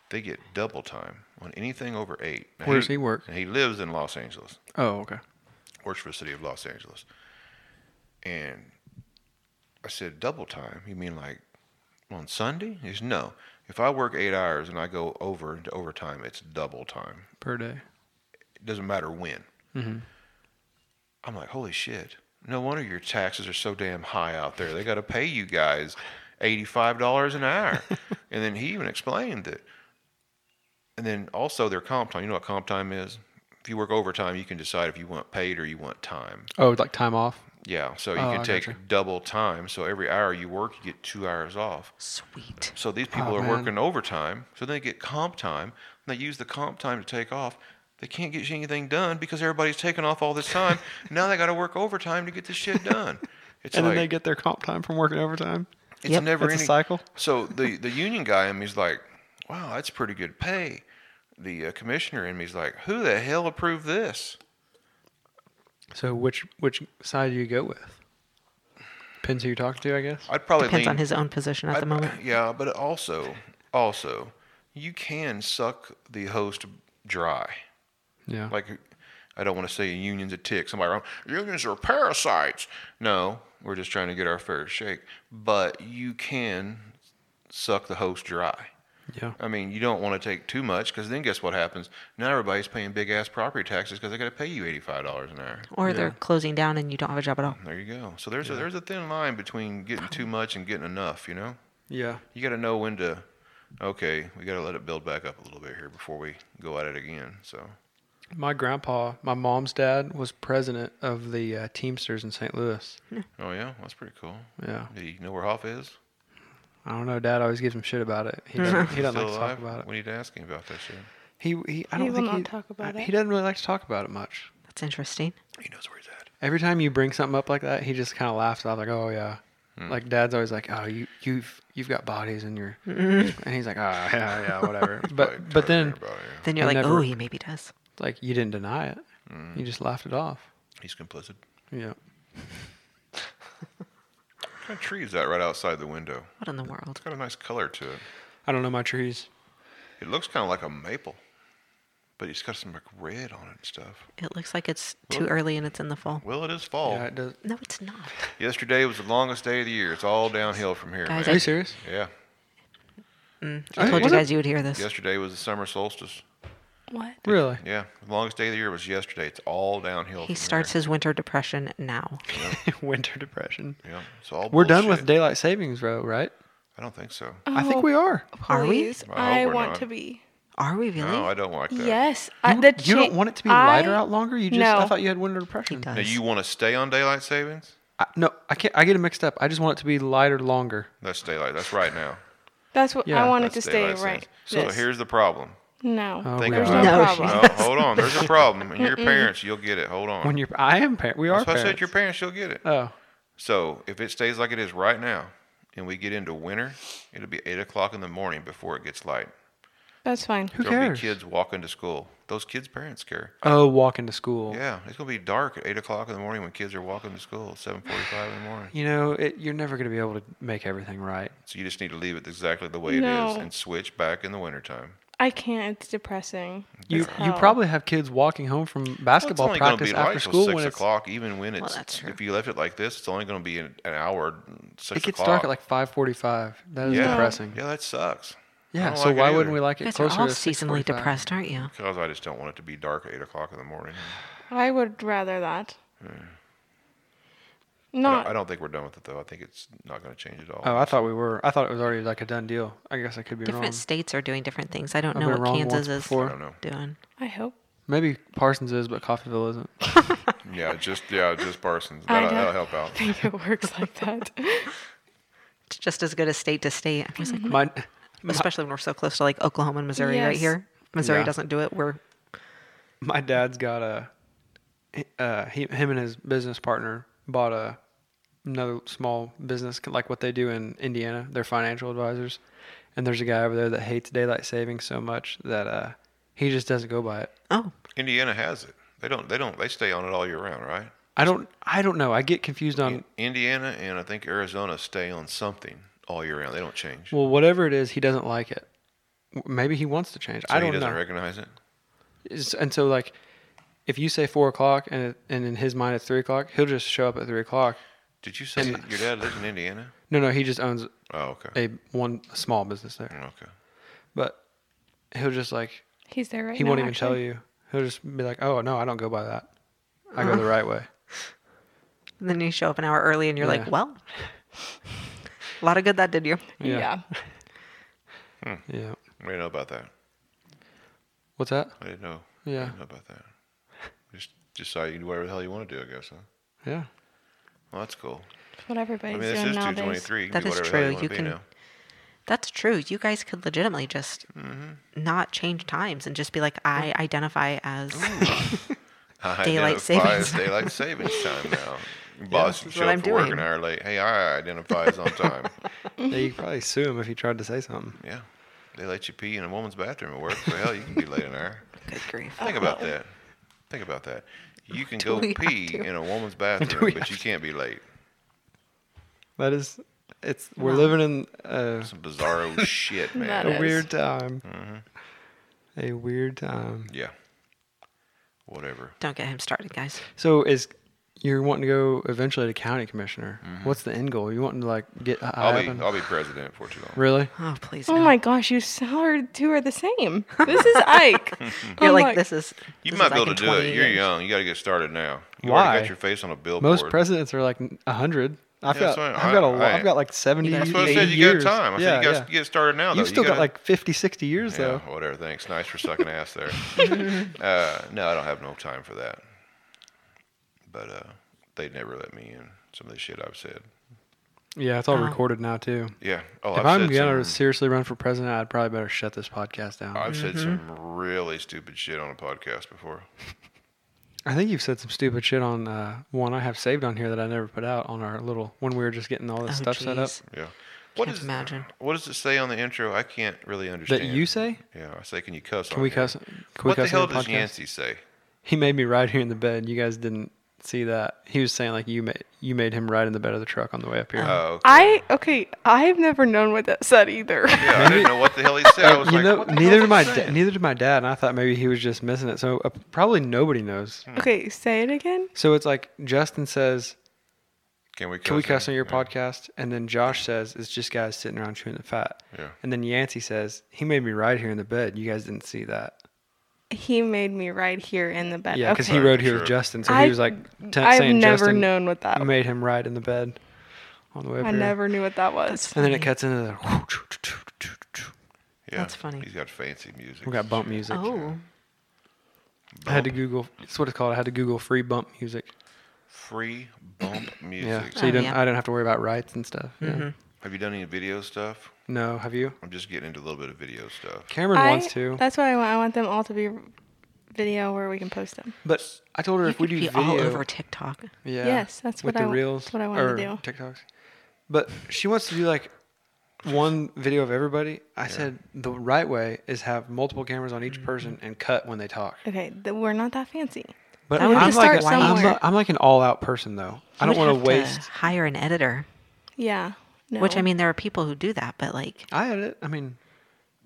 they get double time on anything over eight. Now,
Where does he work?
He lives in Los Angeles
Oh, okay.
works for the city of Los Angeles. And I said, double time? You mean like on Sunday? He's no. If I work eight hours and I go over into overtime, it's double time.
per day.
It doesn't matter when. I'm like, holy shit. No wonder your taxes are so damn high out there. They got to pay you guys $85 an hour. and then he even explained that. And then also their comp time. You know what comp time is? If you work overtime, you can decide if you want paid or you want time.
Oh, like time off.
Yeah. So you
Oh, I
can take
gotcha.
double time. So every hour you work, you get two hours off.
Sweet.
So these people
Oh,
are
man.
working overtime, so they get comp time. And they use the comp time to take off. They can't get anything done because everybody's taking off all this time. now they got to work overtime to get this shit done. It's
and
like
then they get their comp time from working overtime.
it's
Yep.
never
It's a
ending-
cycle.
So the the union guy in me's like, "Wow, that's pretty good pay." The uh, commissioner in me's like, "Who the hell approved this?"
So which which side do you go with? Depends who you're talking to, I guess.
I'd probably
Depends
lean,
on his own position at
I'd
the
pro-
moment.
Yeah, but also also you can suck the host dry.
Yeah.
Like, I don't want to say a union's a tick. Somebody wrong. Unions are parasites. No, we're just trying to get our fair shake. But you can suck the host dry.
yeah.
I mean, you don't want to take too much because then guess what happens? Now everybody's paying big ass property taxes because they got to pay you eighty five dollars an hour.
Or they're closing down and you don't have a job at all.
There you go. So there's a, there's a thin line between getting too much and getting enough. You know,
Yeah.
you got to know when to. Okay, we got to let it build back up a little bit here before we go at it again. So
My grandpa, my mom's dad, was president of the uh, Teamsters in St. Louis.
oh yeah, that's pretty cool.
Yeah.
Do you know where Hoff is?
I don't know. Dad always gives him shit about it. He doesn't, he doesn't like
Still
to
alive?
talk about it.
We need to ask him about that shit.
He, he I
He
don't
will
think
not
he,
talk about
I-
it.
He doesn't really like to talk about it much.
That's interesting.
He knows where he's at.
Every time you bring something up like that, he just kind of laughs off like, "Oh yeah."
Hmm.
Like Dad's always like, "Oh, you you've you've got bodies in your," and he's like, "Oh yeah, yeah, whatever." but but then
About, yeah.
Then you're
I
like,
never-
oh, he maybe does.
like you didn't deny it,
Hmm.
you just laughed it off.
He's complicit. What
Yeah.
kind of tree is that right outside the window?
What in the world?
It's got a nice color to it.
I don't know my trees.
It looks kind of like a maple, but it's got some like red on it and stuff.
It looks like it's too early and it's in the fall.
Well, it is fall.
Yeah, it does.
No, it's not.
Yesterday was the longest day of the year. It's all downhill from here,
Guys,
Are you
man.
serious?
yeah.
I told you guys you would hear this.
Yesterday was the summer solstice.
What?
Really?
Yeah, the longest day of the year was yesterday. It's all downhill.
He
from
starts
here.
his winter depression now.
Winter depression.
Yeah, it's all.
We're done with
bullshit.
daylight savings, though, right?
I don't think so.
Oh,
I think we are.
Are we?
Please,
I hope
I,
we're
want
not.
to be.
Are we really?
No, I don't like that.
Yes.
You,
I, the
you
cha-
don't want it to be lighter
I-
out longer. You just
no.
I thought you had winter
he
depression.
does.
Now you want to stay on daylight savings?
I, no, I can't. I get it mixed up. I just want it to be lighter longer.
That's daylight. That's right now.
That's what
Yeah.
I wanted
That's
to stay
daylight
right.
savings. So
this.
here's the problem.
no.
Oh,
Think
There's
about
no,
No, she's
problem.
No, hold on. There's a problem. And your parents, you'll get it. Hold on.
When you're, I am parent. We are
That's why I
parents.
said your parents, you'll get it.
oh,
So if it stays like it is right now, and we get into winter, it'll be eight o'clock in the morning before it gets light.
That's fine.
who
There'll
cares?
be kids walking to school. Those kids' parents care.
Oh, walking to school.
Yeah, it's gonna be dark at eight o'clock in the morning when kids are walking to school at seven forty-five in the morning.
You know, it, you're never going to be able to make everything right.
So you just need to leave it exactly the way it is
No.
and switch back in the wintertime.
I can't. It's depressing.
You
as
you
hell.
probably have kids walking home from basketball
well, it's only gonna
practice
be
after
light till
school
six
when it's,
o'clock. Even when it's
that's true.
if you left it like this, it's only gonna be an, an hour. and Six
it gets
o'clock.
dark at like 5:45. That is
Yeah.
depressing. Yeah.
Yeah, that sucks. don't
so
like it
why
either.
wouldn't we like
You
it
guys are
closer
all
to
seasonally
6:45?
depressed, aren't you?
Because I just don't want it to be dark at eight o'clock in the morning.
I would rather that.
I
Not.
don't, I don't think we're done with it though. I think it's not going to change at all.
Oh, I thought we were. I thought it was already like a done deal. I guess I could be
Different
wrong.
states are doing different things. I don't
I've
know
been
what
wrong
Kansas
once
is
before.
I don't know.
doing.
I hope.
Maybe Parsons is, but Coffeeville isn't.
Yeah, just yeah, just Parsons.
I
That'll, that'll
don't-
help out.
I think it works like that.
It's just as good as state to state. I was like,
My,
especially when we're so close to like Oklahoma and Missouri right
Yes.
here. Missouri
Mm-hmm. Yeah.
doesn't do it. We're
my dad's got a, uh, he, him and his business partner bought a another small business like what they do in Indiana. They're financial advisors, and there's a guy over there that hates daylight savings so much that uh, he just doesn't go by it.
oh,
Indiana has it. They don't. They don't. They stay on it all year round, right?
I don't. I don't know. I get confused on
In- Indiana and I think Arizona stay on something all year round. They don't change.
well, whatever it is, he doesn't like it. W- Maybe he wants to change.
so
I
he
don't
doesn't
know.
recognize it.
It's- and so like, if you say four o'clock and it, and in his mind it's three o'clock, he'll just show up at three o'clock
Did you say your dad lives in Indiana?
No, no, he just owns
Oh, okay.
a one a small business there,
Okay.
but he'll just like
He's there right
he
now.
won't even tell
actually.
you. He'll just be like, "Oh no, I don't go by that. I go the right way."
And then you show up an hour early and you're like,
Yeah.
well, a lot of good that did you.
Yeah.
Yeah.
Yeah.
I didn't know about that.
What's that?
I didn't know. I
Yeah.
didn't know about that. Just decide you do whatever the hell you want to do, I guess, huh?
Yeah.
Well, that's cool.
That's what everybody's
I mean, this
doing
is
nowadays.
223. You can
That
do
is
whatever the hell
true.
You, wanna
You
be
can-
now.
That's true. You guys could legitimately just
Mm-hmm.
not change times and just be like, I identify as.
I identify
Daylight savings
as daylight savings time now. Your boss can
is
show
what
up
I'm
for work an
doing.
hour late. Hey, I identify as on time.
yeah. You could probably sue him if he tried to say something.
yeah. They let you pee in a woman's bathroom at work. So, hell, you can be late an hour.
Good grief.
Think about that. Think about that. You can go
we have
pee
to?
in a woman's
we
bathroom, but
have
you can't be late.
That is, it's we're living in a,
Some bizarro shit,
That
man.
is.
a weird time. A weird time.
Yeah. Whatever.
Don't get him started, guys.
So is you're wanting to go eventually to county commissioner? What's the end goal? You wanting to like get? I-
Mm-hmm. I'll
I
be
haven't-
I'll be president for too long.
really?
Oh, please.
Oh
no.
my gosh, you sound two are the same. This is Ike.
You're
I'm
like, this is.
You
this
might
is
be
like
able
in
to do
20
it. You're
years.
young. You got to get started now. You already
Why?
got your face on a billboard.
Most presidents are like a hundred. I've
Yeah, that's
got,
what I-
I've got a,
I-
have got like 70,
That's
That's what I
80
said. You
years.
got time. I said
yeah,
you
yeah.
got to get started now. Though.
You've still
you
got
gotta-
like 50, 60 years
yeah,
though.
whatever. Thanks. Nice for sucking ass there. uh, no, I don't have no time for that. But uh, they never let me in. Some of the shit I've said.
Yeah, it's all recorded now too.
Yeah. Oh,
if
I've
I'm
said
gonna
some,
seriously run for president, I'd probably better shut this podcast down.
I've said some really stupid shit on a podcast before.
I think you've said some stupid shit on uh, one I have saved on here that I never put out on our little when we were just getting all this
Oh,
stuff set up.
jeez.
Yeah. What
Can't
is
imagine.
What does it say on the intro? I can't really understand.
That you say?
Yeah. I say, can you cuss?
Can
on
we
here?
cuss? Can we
What the
cuss on
hell
the
does
podcast?
Yancey say?
He made me ride here in the bed. You guys didn't see that. He was saying like you made you made him ride in the bed of the truck on the way up here.
Oh, okay.
I okay, I've never known what that said either.
Yeah, I didn't know what the hell he said. I was
Uh, you
like,
know,
what the
neither
hell
did
is
my
he
da-
saying?
neither did my dad, and I thought maybe he was just missing it. So uh, probably nobody knows.
Hmm.
okay, say it again.
So it's like Justin says,
Can we cuss,
"Can we cuss
him?
on your
Yeah.
podcast?" And then Josh says, "It's just guys sitting around chewing the fat."
Yeah.
And then Yancey says, "He made me ride here in the bed. You guys didn't see that."
He made me right here in the bed.
Yeah, because
okay.
he
Right,
rode here
sure.
with Justin, so
I-
he was like t-
I've
saying
never
Justin
known what that
made him ride in the bed on the way up
I
here.
never knew what that was.
And then it cuts into the
Yeah.
That's funny.
He's got fancy music.
we got bump music.
Oh,
I had to Google. It's what it's called. I had to Google free bump music.
Free bump music.
Yeah, Mm-hmm. so you don't.
Oh, yeah.
I don't have to worry about rights and stuff. Yeah.
Have you done any video stuff?
No, have you?
I'm just getting into a little bit of video stuff.
Cameron
I-
wants to,
That's why I want, I want them all to be video where we can post them.
but I told her
you
if we
could
do
be
video,
all over TikTok.
yeah,
Yes, that's
with
what I
the
wa-
reels,
that's what I wanted to
or
do.
TikToks. But she wants to do like one video of everybody. I said the right way is have multiple cameras on each person and cut when they talk.
Okay, th- we're not that fancy.
But
That would
I'm
just
like,
start
a- I'm,
somewhere.
not- I'm like an all out person though. I
You
don't
would
want
have
to waste.
hire an editor,
Yeah. No.
which I mean, there are people who do that, but like,
I edit. I mean,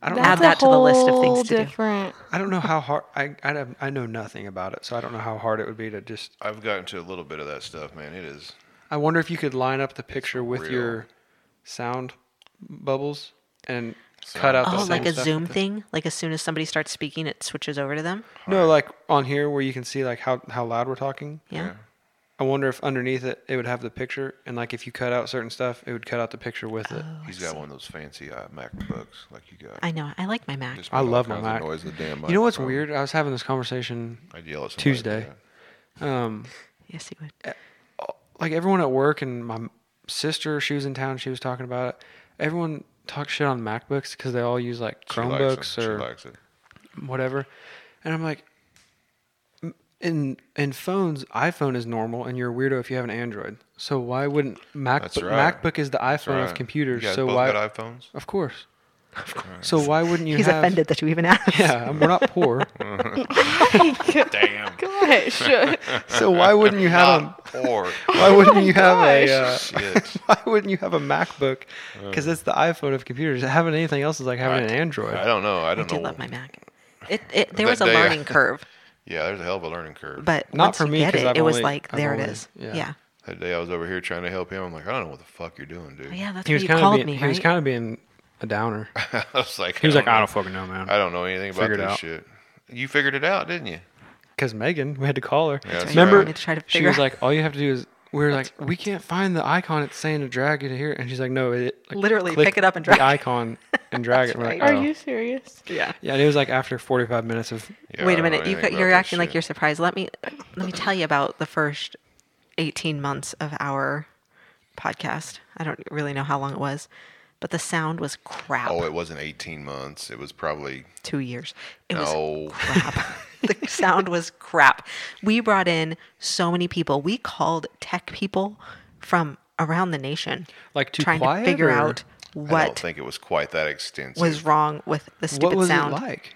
I don't. Know,
Add
that's
that
a
to the list of
whole
things to do.
different.
I don't know how hard. I I, don't- I know nothing about it, so I don't know how hard it would be to just.
I've gotten to a little bit of that stuff, man. It is.
I wonder if you could line up the picture with
real.
your sound bubbles and cut out the
oh,
same
like a
stuff
Zoom
at the-
thing. Like as soon as somebody starts speaking, it switches over to them.
No, like on here where you can see like how how loud we're talking.
Yeah.
I wonder if underneath it it would have the picture, and like if you cut out certain stuff, it would cut out the picture with it.
He's got one of those fancy uh, MacBooks like you got.
I know. I like my Mac.
Just
I
make all
love my
kinds of
Mac.
Noise in the damn
You know what's
microphone.
weird? I was having this conversation.
I'd yell at somebody for
Tuesday.
that.
Um,
Yes, you would.
like everyone at work and my sister, she was in town. She was talking about it. Everyone talks shit on MacBooks because they all use like
She likes it. She
Chromebooks or
likes it.
whatever. And I'm like, m- in in phones, iPhone is normal, and you're a weirdo if you have an Android. So why wouldn't MacBook?
right.
MacBook is the
That's
iPhone
right.
of computers.
You guys
so
both
why?
got iPhones?
Of course. So why wouldn't you
He's
have?
offended that you even asked.
Yeah, I'm- we're not poor.
Damn.
Gosh.
so why wouldn't you have a?
Or
Why wouldn't you
Oh
have a? Uh,
Ah, shit. Uh.
why wouldn't you have a MacBook? Because it's the iPhone of computers. Having anything else is like having an Android.
I don't know. I
I
don't
do
know.
love my Mac. It, it there
That
was a
day I-
learning curve,
Yeah, there's a hell of a learning curve.
but
Not
once
for
you
me,
get
'cause
it,
I've
it was
only-
like
I've
there
only-
it is.
yeah.
Yeah.
That day I was over here trying to help him. I'm like, I don't know what the fuck you're doing, dude.
Oh, yeah, that's
He
what
was
you
kind of
called
being,
me,
he was
right?
kind of being a downer.
I was like,
He was like, I
know.
don't fucking know,
I
man.
don't know anything about
Figure it
this
out.
shit. You figured it out, didn't you?
Because Megan, we had to call her.
that's
Remember,
right.
We had to try to
she
figure
was
out-
like, all you have to do is. We were like, we can't find the icon. It's saying to drag you to here, and she's like, no, it like,
Literally
click
pick it up and drag it."
the icon and drag it.
That's
We're like,
right.
Are
oh.
you serious?
Yeah.
Yeah, and it was like after 45 minutes of
Yeah, I
Wait a
don't know
minute. You,
anything
ca-
about
you're
this
acting like
shit.
you're surprised. Let me let me tell you about the first 18 months of our podcast. I don't really know how long it was, but the sound was crap.
Oh, it wasn't 18 months. It was probably.
2 years. It
No.
was crap. the sound was crap. We brought in so many people. We called tech people from around the nation
like too
trying
quiet.
to figure
or
out
I don't
what
think it was quite that extensive.
was wrong with the stupid
what was
sound.
it like?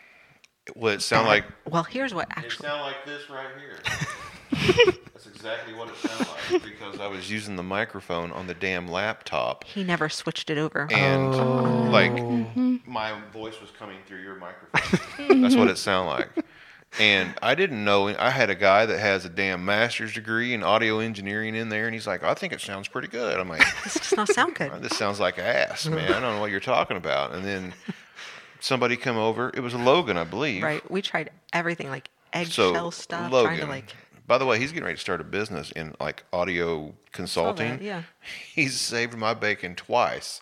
Well, it sound like
Well, here's what actually
sound like this right here. That's exactly what it sounded like because I was using the microphone on the damn laptop
he never switched it over.
and like my voice was coming through your microphone. That's what it sounded like. And I didn't know. I had a guy that has a damn master's degree in audio engineering in there, and he's like, "I think it sounds pretty good." I'm like,
This does not sound good.
This sounds like ass, man. I don't know what you're talking about. And then somebody come over. It was Logan, I believe.
Right. We tried everything like
So
eggshell stuff,
Logan.
trying to like
by the way, he's getting ready to start a business in like audio consulting.
that, yeah.
He's saved my bacon twice.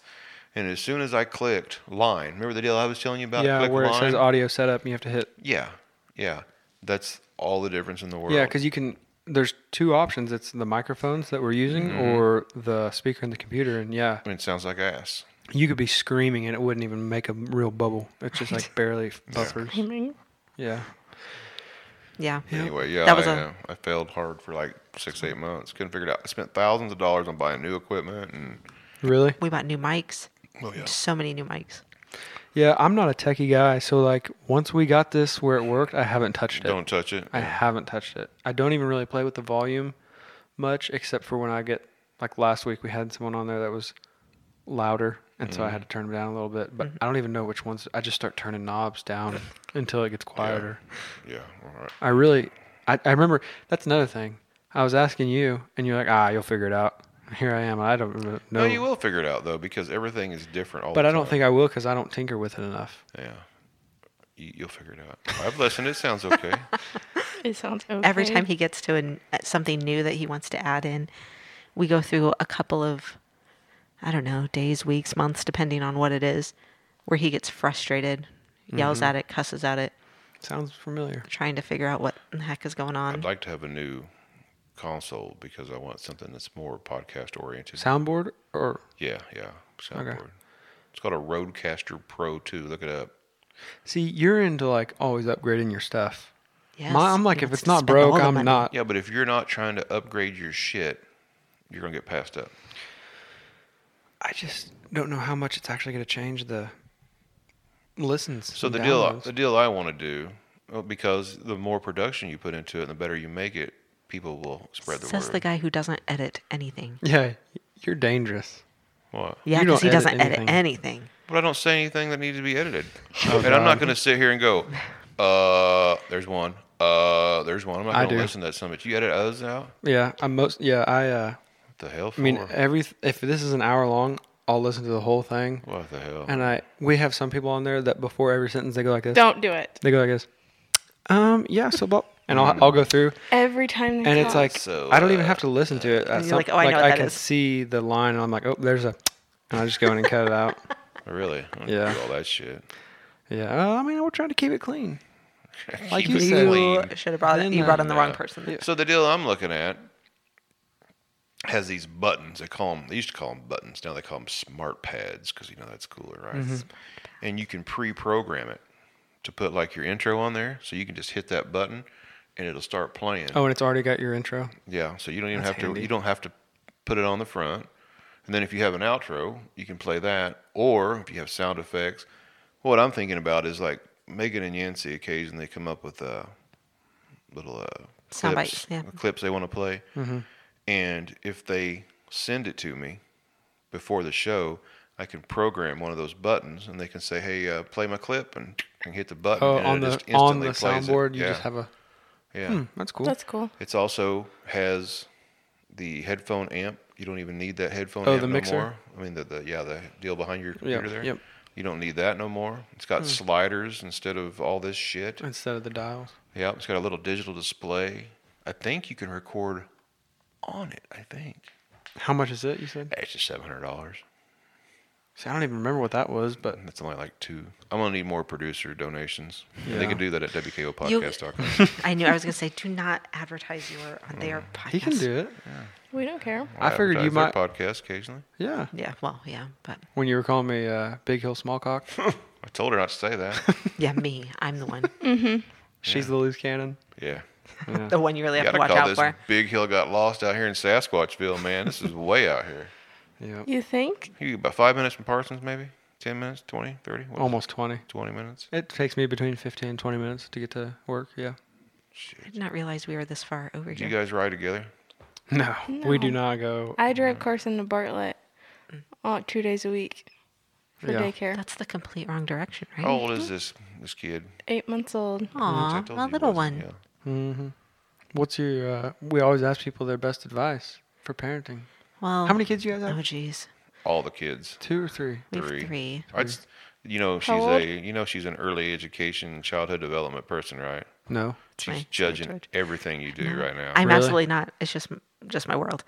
And as soon as I clicked line, remember the deal I was telling you about?
Yeah,
Click
where it
line?
says audio setup and you have to hit.
Yeah. Yeah. That's all the difference in the world.
Yeah, because you can. There's two options. It's the microphones that we're using
Mm-hmm.
or the speaker and the computer. And yeah,
I mean, it sounds like ass.
you could be screaming and it wouldn't even make a real bubble. It's just like barely f- buffers. Yeah.
yeah.
Anyway, yeah,
That was
I
a-
uh, I failed hard for like six, eight months. Couldn't figure it out. I spent thousands of dollars on buying new equipment and
Really?
We bought new mics.
Oh, yeah.
So many new mics.
Yeah, I'm not a techie guy. So like once we got this where it worked, I haven't touched it.
don't touch it.
I haven't touched it. I don't even really play with the volume much, except for when I get like last week we had someone on there that was louder, and so I
Mm-hmm.
had to turn them down a little bit. But I don't even know which ones. I just start turning knobs down until it gets quieter.
Yeah, all right.
I really, I, I remember that's another thing. I was asking you, and you're like, ah, you'll figure it out. Here I am. and I don't really know.
No, you will figure it out though because everything is different all
But
the
I
time.
don't think I will because I don't tinker with it enough.
Yeah. You, you'll figure it out. I've listened. It sounds okay.
It sounds okay.
Every time he gets to an, uh, something new that he wants to add in, we go through a couple of, I don't know, days, weeks, months, depending on what it is, where he gets frustrated, yells
Mm-hmm.
at it, cusses at it,
Sounds familiar.
trying to figure out what the heck is going on.
I'd like to have a new console because I want something that's more podcast oriented.
Soundboard or
yeah, yeah. Soundboard. It's called a Roadcaster Pro 2. Look it up.
see, you're into like always upgrading your stuff.
Yes,
My, I'm
he
like, if
wants
it's
to
not
spend all
broke,
the
I'm
money.
not.
Yeah, but if you're not trying to upgrade your shit, you're gonna get passed up.
I just don't know how much it's actually going to change the listens.
So
and
the deal, uh,
downloads.
the deal I want to do, well, because the more production you put into it, and the better you make it, people will spread the
Says
word.
the guy who doesn't edit anything.
Yeah, you're dangerous.
What?
Yeah,
You
because he
don't edit
doesn't edit
anything.
anything.
But I don't say anything that needs to be edited.
Oh,
and I'm not going to sit here and go, uh, there's one, uh, there's one. I'm not
I
going to
do.
listen to that so much. You edit others out? What
Yeah, I'm most. Yeah, I. uh
the hell for?
I mean, eh, every if this is an hour long, I'll listen to the whole thing.
what the hell?
And I, we have some people on there that before every sentence they go like this.
Don't do it.
They go like this. Um. Yeah. So, but and I'll, I'll go through,
Every time. They
and it's
talk.
like
So,
I don't even have to listen to it. At
you're
some-
like, "Oh, I know what
I
that
can
is."
see the line, and I'm like, oh, there's a, and I just go in and cut it out.
really? I don't
Yeah.
Do all that shit.
Yeah. Uh, I mean, we're trying to keep it clean. Like
Keep
you
it
said.
clean.
You should have brought
Then,
you brought in the wrong
uh,
person.
So the deal I'm looking at has these buttons. They call them. They used to call them buttons. Now they call them smart pads because you know that's cooler, right?
Mm-hmm.
And you can pre-program it to put like your intro on there, so you can just hit that button and it'll start playing.
Oh, and it's already got your intro.
Yeah, so you don't even
That's
have to
handy.
you don't have to put it on the front. And then if you have an outro, you can play that or if you have sound effects. What I'm thinking about is like Megan and Yancy occasionally come up with uh, little uh,
Sound
clips, uh,
bites, yeah.
clips they want to play.
Mm-hmm.
And if they send it to me before the show, I can program one of those buttons and they can say, "Hey, uh, play my clip." And I can hit the button
Oh,
and
on
it
the
just
on the
instantly plays it.
soundboard, you
yeah.
just have a.
Yeah.
Hmm, that's cool.
that's cool.
It's also has the headphone amp. You don't even need that headphone
Oh,
amp
the
no
mixer?
more. I mean, the, the yeah, the deal behind your computer there.
yep. Hmm.
You don't need that no more. It's got sliders instead of all this shit.
instead of the dials.
Yeah, it's got a little digital display. I think you can record on it. I think
How much is it? You said.
it's just seven hundred dollars.
See, I don't even remember what that was, but
That's only like two. I'm gonna need more producer donations. They
Yeah.
can do that at
You-
WKOpodcast.com.
I knew I was going to say, do not advertise your on their podcast.
he can do it.
We don't care.
I figured you might.
advertise their podcast occasionally.
Yeah.
Yeah, well, yeah, but
When you were calling me uh, Big Hill Small Cock,
I told her not to say that.
yeah, me, I'm the one,
she's the loose cannon.
yeah.
the one you really
You
have
gotta
to watch
call
out
this
for.
Big Hill got lost out here in Sasquatchville, man. This is way out here.
Yeah.
You think?
You about five minutes from Parsons, maybe? 10 minutes, 20, 30? What is it?
Almost 20.
20 minutes?
It takes me between 15 and 20 minutes to get to work. Yeah.
I did not realize we were this far over
Do
here.
you guys ride together?
No, we do
No.
not go.
I drive Carson to Bartlett uh, two days a week for
Mm. Yeah.
daycare.
That's the complete wrong direction, right?
How old is this this kid?
Eight months old.
Oh, I
Aw,
told
Uh, my
you he
little
wasn't,
one.
yeah.
What's your? Uh, we always ask people their best advice for parenting.
Well,
How many kids you guys
Oh,
have?
jeez,
All the kids.
Two or three?
we have
Three.
three.
I'd s- you know she's
old?
a you know she's an early education childhood development person, right?
No.
She's
my-
judging
George.
everything you do right now.
I'm
Really?
absolutely not. It's just just my world.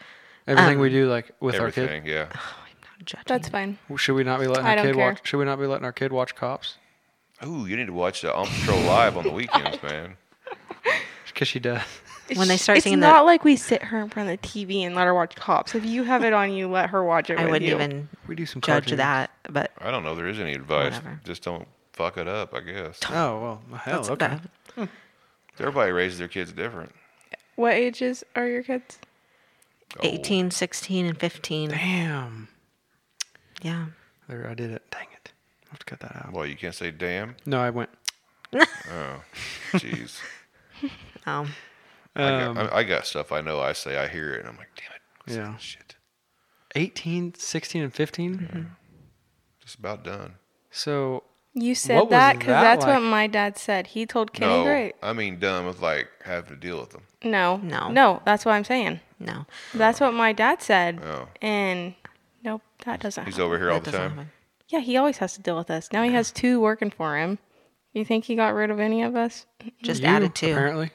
Oh,
Everything
Um,
we do, like with our kid,
everything, yeah.
Not judging.
That's fine.
should we not be letting
I
our
don't
kid
care.
watch? Should we not be letting our kid watch Cops?
Ooh, you need to watch the On Patrol live on the weekends, man.
Because she does.
When they start
it's
singing
not
the-
like we sit her in front of the TV and let her watch Cops. If you have it on you, let her watch it.
I
with
wouldn't
you.
even
We do some
judge
cartoons.
that, but
I don't know if there is any advice.
Whatever.
Just don't fuck it up, I guess.
Oh well, well, hell.
that's
okay.
that-
Everybody raises their kids different.
What ages are your kids?
Oh,
18, 16, and 15.
Damn.
Yeah.
There, I did it. Dang it. I have to cut that out.
Well, you can't say damn.
No, I went.
Oh, jeez.
Um,
I,
Um,
got- I- I got stuff I know I say, I hear it, and I'm like, damn it. I said
Yeah.
that Shit.
18, 16, and 15.
Mm-hmm.
Just about done.
So
You said
What was
that because
that
that's
like?
what my dad said. He told Kenny
no,
Great.
I mean done with like having to deal with them.
No,
No.
no. That's what I'm saying.
no.
That's what my dad said.
Oh.
And nope, that doesn't.
He's
happen.
over here all
that
the
doesn't
time.
happen.
Yeah, he always has to deal with us. Now he has two working for him. You think he got rid of any of us?
Just
you,
added two.
Apparently,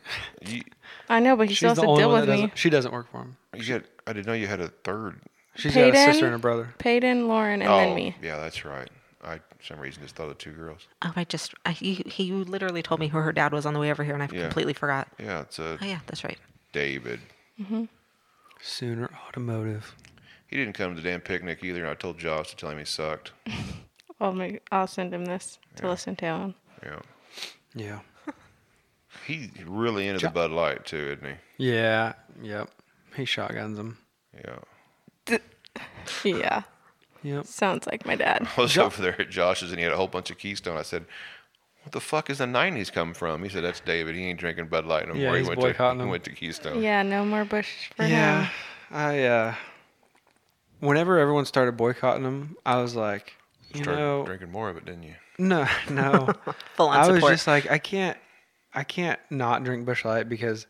You,
I know, but he still
she's
has
the
to
only
deal
one
with
that
me.
doesn't. She doesn't work for him.
you got, I didn't know you had a third.
She's got a
Peyton?
sister and a brother.
Peyton, Lauren, and
oh,
then me.
yeah, that's right. I for some reason just thought of two girls.
Oh, I just, I, he, he literally told me who her dad was on the way over here, and I
Yeah.
completely forgot.
Yeah, it's a
Oh, yeah, that's right.
David.
Sooner Automotive.
He didn't come to the damn picnic either, and I told Josh to tell him he sucked.
I'll make, I'll send him this to listen to him.
Yeah.
Yeah.
He's really into the Bud Light too, isn't he?
Yeah. Yep. He shotguns them.
Yeah.
Yeah,
Yep.
sounds like my dad.
I was over there at Josh's and he had a whole bunch of Keystone. I said, "What the fuck is the '90s come from?" He said, "That's David. He ain't drinking Bud Light no
Yeah,
more. He
he's
went
boycotting
to he
them.
went to Keystone."
Yeah, no more Bush for
yeah.
him.
I uh whenever everyone started boycotting them, I was like, you
Started
know,
drinking more of it, didn't you?
no, no.
Full on
I was
support.
just like I can't I can't not drink Bush Light because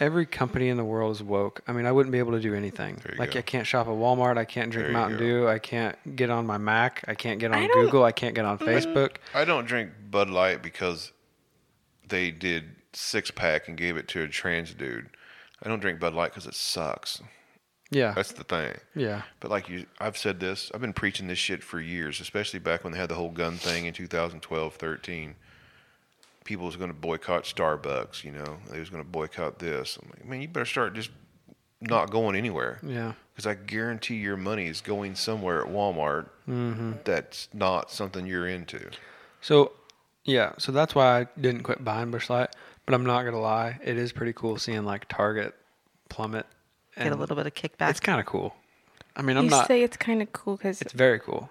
every company in the world is woke. I mean, I wouldn't be able to do anything.
you
Like
go.
I can't shop at Walmart, I can't drink
There you
Mountain
go.
Dew, I can't get on my Mac, I can't get on
don't- Mm.
Google, I can't get on Facebook.
I don't drink Bud Light because they did six pack and gave it to a trans dude. I don't drink Bud Light because it sucks.
Yeah.
That's the thing.
yeah.
But like you, I've said this. I've been preaching this shit for years, especially back when they had the whole gun thing in 2012, 13. People was going to boycott Starbucks. You know, they was going to boycott this. I'm like, man, you better start just not going anywhere.
Yeah.
Because I guarantee your money is going somewhere at Walmart.
Mm-hmm.
That's not something you're into.
So, yeah, so that's why I didn't quit buying Bush Light. But I'm not gonna lie, it is pretty cool seeing like Target plummet.
Get a
and
little bit of
It's
kickback.
kind of cool. I mean, I'm
you
not.
say it's kind of cool because
it's very cool.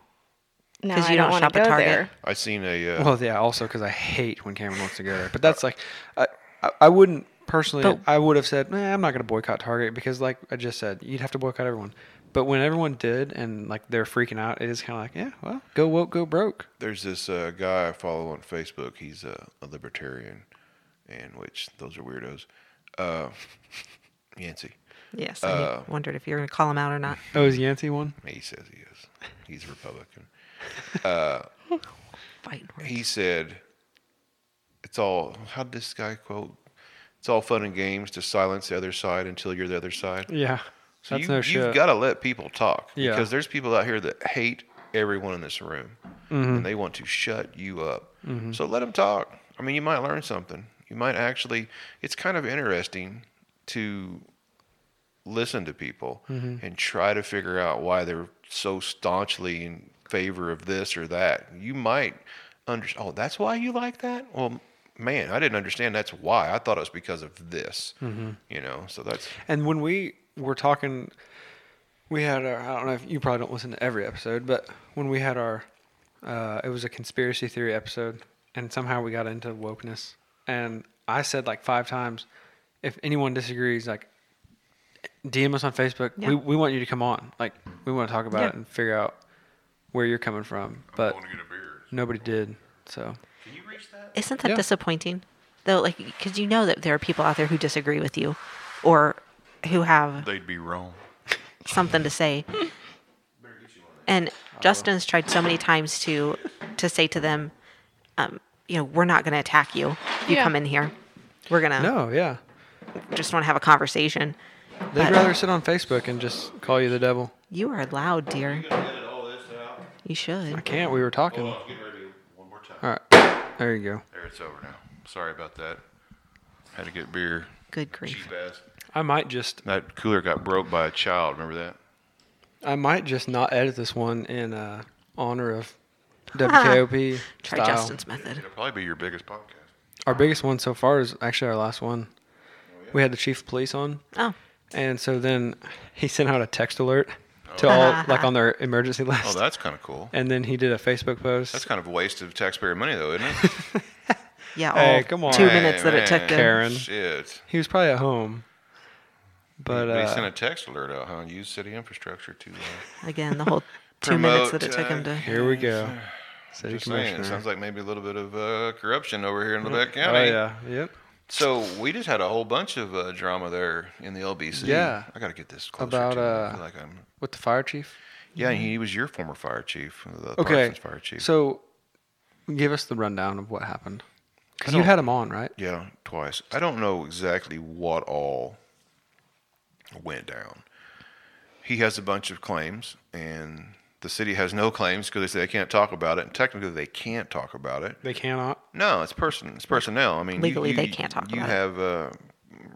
now
'Cause
I
you
don't,
don't
want
shop
to
at
go
Target.
there.
I seen a uh,
Well, yeah. Also, because I hate when Cameron wants to go there. But that's like, I, I, I wouldn't personally.
But-
I would have said, nah, I'm not gonna boycott Target because, like I just said, you'd have to boycott everyone. But when everyone did, and like they're freaking out, it is kind of like, yeah, well, go woke, go broke.
there's this uh, guy I follow on Facebook. He's a, a libertarian, and which those are weirdos. Uh, Yancey,
Yes, I wondered if you were going to call him out or not.
Oh, is Yancey one?
He says he is. He's a Republican.
Fighting words.
He said, "It's all how would this guy quote? It's all fun and games to silence the other side until you're the other side."
Yeah.
So
That's
you,
no
you've
shit.
got to let people talk
Yeah.
because there's people out here that hate everyone in this room
Mm-hmm.
and they want to shut you up. So let them talk. I mean, you might learn something. You might actually. It's kind of interesting to listen to people
Mm-hmm.
and try to figure out why they're so staunchly in favor of this or that. You might understand. Oh, that's why you like that. Well. Man, I didn't understand. That's why I thought it was because of this,
Mm-hmm.
you know. So that's
And when we were talking, we had our, I don't know if you probably don't listen to every episode, but when we had our, uh, it was a conspiracy theory episode, and somehow we got into wokeness. And I said like five times, if anyone disagrees, like DM us on Facebook.
Yeah.
We, we want you to come on. Like, we want to talk about
Yeah.
it and figure out where you're coming from. But nobody did. So,
Isn't that
Yeah.
disappointing? Though, like, because you know that there are people out there who disagree with you or who have
they'd be wrong.
something to say. And Justin's tried so many times to to say to them, um, you know, we're not going to attack you. You
Yeah.
come in here. We're going to
no, yeah.
just want to have a conversation.
They'd
But-
rather sit on Facebook and just call you the devil.
You are loud, dear. You
I
should.
can't. We were talking.
One more time.
All right. There you go.
There, it's over now. Sorry about that. Had to get beer.
Good grief.
Cheap ass.
I might just
That cooler got broke by a child. Remember that?
I might just not edit this one in uh, honor of WKOP
Try
style.
Justin's method.
It'll probably be your biggest podcast.
Our biggest one so far is actually our last one. We had the chief of police on,
Oh,
and so then he sent out a text alert to all like on their emergency
Oh,
list,
that's kind of cool.
and then he did a Facebook post.
That's kind of a waste of taxpayer money, though, isn't it?
yeah. All
Hey, come on.
Two
Hey,
minutes that it took
man.
to.
Karen.
Shit.
He was probably at home, but
But he
uh,
sent a text alert out, huh? Use city infrastructure to uh,
Again, the whole two minutes that it took
Promote, uh,
him to.
here we go. City
Just saying,
commissioner.
it sounds like maybe a little bit of uh, corruption over here in Lebec
oh
County.
yeah, yep.
So we just had a whole bunch of uh, drama there in the LBC.
Yeah.
I got to get this closer
About,
to. I feel
uh,
like I'm
With the fire chief.
Yeah, and he was your former fire chief, uh, the
Mm-hmm. Okay.
Parsons fire chief.
So, give us the rundown of what happened. Because
I
you
don't-
had him on, right?
yeah, twice. I don't know exactly what all went down. He has a bunch of claims, and the city has no claims because they say they can't talk about it, and technically they can't talk about it.
They cannot.
No, it's person. It's personnel. I mean, you-
Legally,
you-
they can't talk
You
about it. Mm-hmm.
have uh,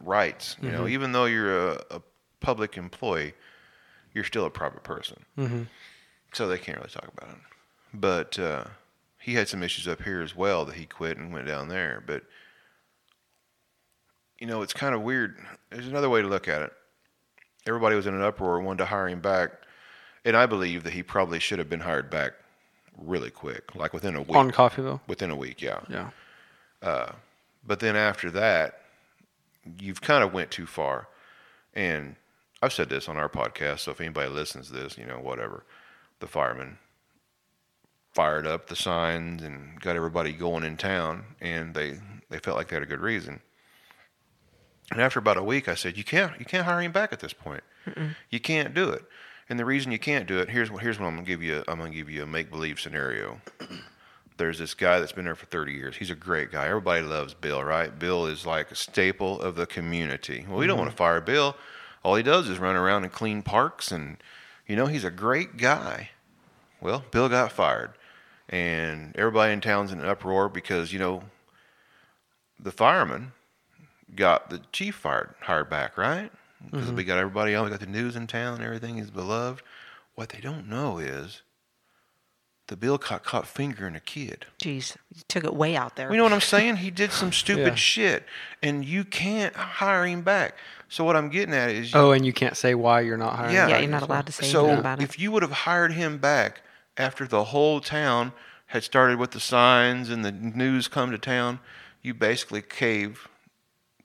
rights. You know, even though you're a, a public employee, you're still a private person. Mm-hmm. So they can't really talk about it. But uh, he had some issues up here as well that he quit and went down there. But you know, it's kind of weird. There's another way to look at it. Everybody was in an uproar, wanted to hire him back, and I believe that he probably should have been hired back really quick, like within a week.
On Coffeeville.
within a week, yeah.
Yeah.
But then after that, you've kind of went too far. And I've said this on our podcast, so if anybody listens to this, you know, whatever. The firemen fired up the signs and got everybody going in town and they they felt like they had a good reason. And after about a week I said, You can't you can't hire him back at this point. You can't do it. And the reason you can't do it, here's what here's what I'm gonna give you I'm gonna give you a make believe scenario there's this guy that's been there for 30 years. He's a great guy. Everybody loves Bill, right? Bill is like a staple of the community. Well, we don't want to fire Bill. All he does is run around and clean parks, and you know he's a great guy. Well, Bill got fired, and everybody in town's in an uproar because you know the firemen got the chief fired hired back, right? Because we got everybody else, we got the news in town, and everything is beloved. What they don't know is the Bill caught caught fingering a kid.
Jeez, you took it way out there.
You know what I'm saying? He did some stupid
Yeah.
shit, and you can't hire him back. So what I'm getting at is,
Oh, and you can't say why you're not hiring.
Yeah.
him.
yeah, you're not allowed to say
so
anything about it.
if you would have hired him back after the whole town had started with the signs and the news come to town, you basically cave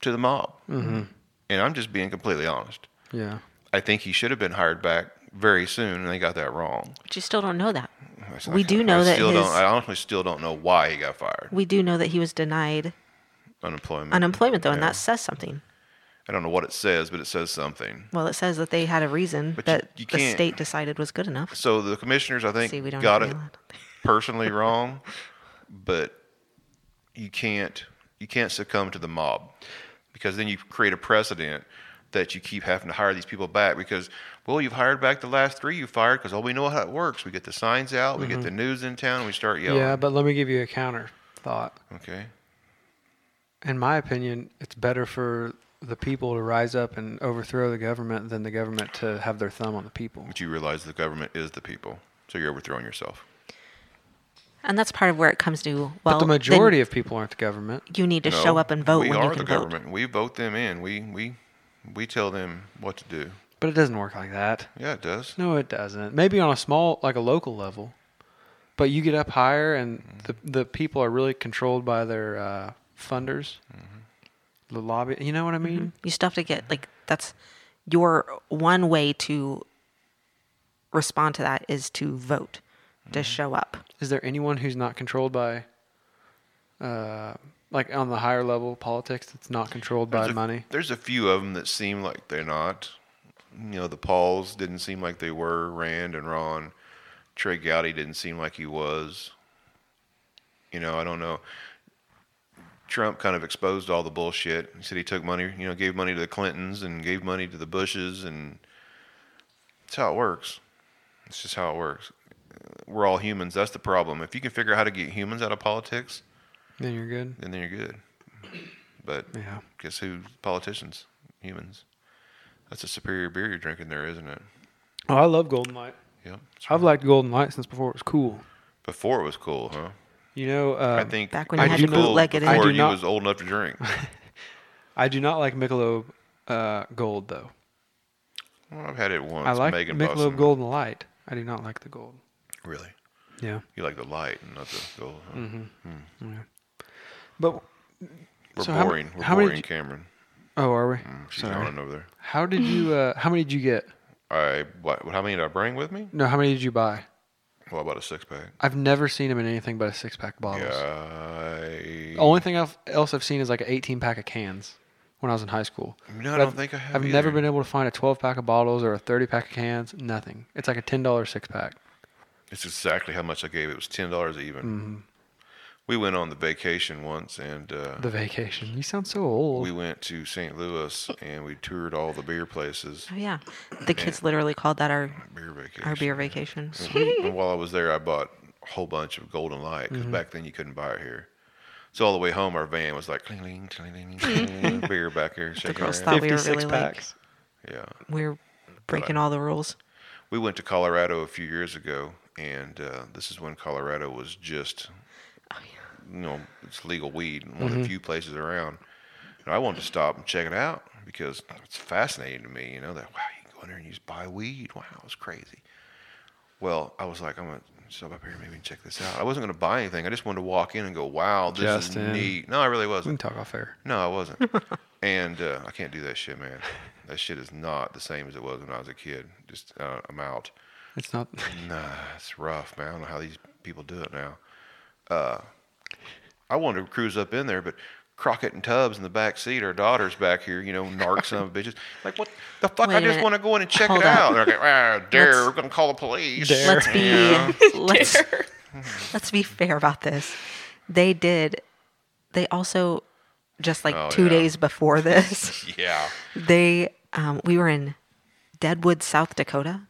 to the mob. Mm-hmm. And I'm just being completely honest.
Yeah.
I think he should have been hired back very soon, and they got that wrong.
But you still don't know that.
It's
We
like-
do know
I
that
Still
his-
don't, I honestly still don't know why he got fired.
We do know that he was denied
Unemployment.
unemployment though, and that says something.
I don't know what it says, but it says something.
Well, it says that they had a reason
But you-
that
you
the
can't-
state decided was good enough.
So the commissioners, I think,
See, we don't
got
have
it
mail.
personally wrong, but you can't you can't succumb to the mob because then you create a precedent that you keep having to hire these people back because well you've hired back the last three you fired because oh we know how it works we get the signs out we get
Mm-hmm.
the news in town we start yelling
Yeah, but let me give you a counter thought.
okay
In my opinion, it's better for the people to rise up and overthrow the government than the government to have their thumb on the people.
but you realize the government is the people so you're overthrowing yourself
And that's part of where it comes to well,
but the
then
majority of people aren't the government.
you need to
No,
show up and vote
we
when
are
you can
the
vote.
government we vote them in we we we tell them what to do
But it doesn't work like that.
yeah it does
No, it doesn't. Maybe on a small, like a local level, but you get up higher, and
Mm-hmm.
the the people are really controlled by their uh, funders,
Mm-hmm.
the lobby. You know what I mean?
You still have to get like that's your one way to respond to that is to vote,
Mm-hmm.
to show up.
Is there anyone who's not controlled by, uh, like on the higher level politics that's not controlled by
There's a-
money?
There's a few of them that seem like they're not. You know, the Pauls didn't seem like they were. Rand and Ron, Trey Gowdy didn't seem like he was. You know, I don't know. Trump kind of exposed all the bullshit. He said he took money, you know, gave money to the Clintons and gave money to the Bushes, and it's how it works. It's just how it works. We're all humans. That's the problem. If you can figure out how to get humans out of politics,
Then you're good.
then you're good. But
Yeah.
guess who? Politicians, humans. That's a superior beer you're drinking there, isn't it?
Oh, I love Golden Light.
Yeah. that's
I've
right.
liked Golden Light since before it was cool.
Before it was cool, huh?
You know, uh,
I think
back when you
it
had
was
to
cool
bootleg it in. I
before
do
you
not-
was old enough to drink.
I do not like Michelob uh, Gold though.
Well, I've had it once.
I like
Megan
Michelob
Boston.
Golden Light. I do not like the gold.
Really?
Yeah.
You like the light and not the gold. Huh?
Mm-hmm. But
We're
So how m-
boring. We're
how many
boring,
did
Cameron.
oh, are we?
Mm, She's
Sorry.
yawning over there.
How did you? Uh, how many did you get?
I what? How many did I bring with me?
No, how many did you buy?
Well, I bought a six pack.
I've never seen them in anything but a six pack bottles.
Yeah.
The only thing I've, else I've seen is like an eighteen pack of cans when I was in high school.
No, I
But
don't
I've-
think I have.
I've never
either.
been able to find a twelve pack of bottles or a thirty pack of cans. Nothing. It's like a ten dollar six pack.
It's exactly how much I gave. It was ten dollars even. We went on the vacation once, and uh,
The vacation. You sound so old.
we went to St. Louis and we toured all the beer places.
Oh yeah. The kids literally called that our
Beer vacation. Mm-hmm.
our beer vacation.
And while I was there, I bought a whole bunch of Golden Light because back then you couldn't buy it here. So all the way home, our van was like cling, cling, cling, cling, cling, cling, beer back here.
The
Shaking our
girls
ass.
thought we were
56
really like
packs.
Yeah,
we were breaking all the rules.
we went to Colorado a few years ago, and uh, this is when Colorado was just, you know, it's legal weed, and one of the few places around. And I wanted to stop and check it out because it's fascinating to me, you know, that wow, you can go in there and you just buy weed. Wow, it's crazy. Well, I was like, I'm gonna stop up here, maybe check this out. I wasn't gonna buy anything. I just wanted to walk in and go, wow, this
Justin.
is neat. No, I really
We can
wasn't.
talk off air.
No, I wasn't. and uh, I can't do that shit, man. That shit is not the same as it was when I was a kid. Just uh, I'm out.
It's not.
Nah, it's rough, man. I don't know how these people do it now. Uh, I wanted to cruise up in there, but Crockett and Tubbs in the back seat, our daughter's back here, you know, narc some bitches. Like, what the fuck?
Wait
I
a
just
minute.
want to go in and check
Hold
it
up.
out. And they're like, ah, dare,
Let's-
we're going to call the police.
Dare.
Let's be
Yeah. Mm-hmm.
let's let's be fair about this. They did they also just like
Oh,
two
yeah.
days before this
Yeah.
they um, we were in Deadwood, South Dakota,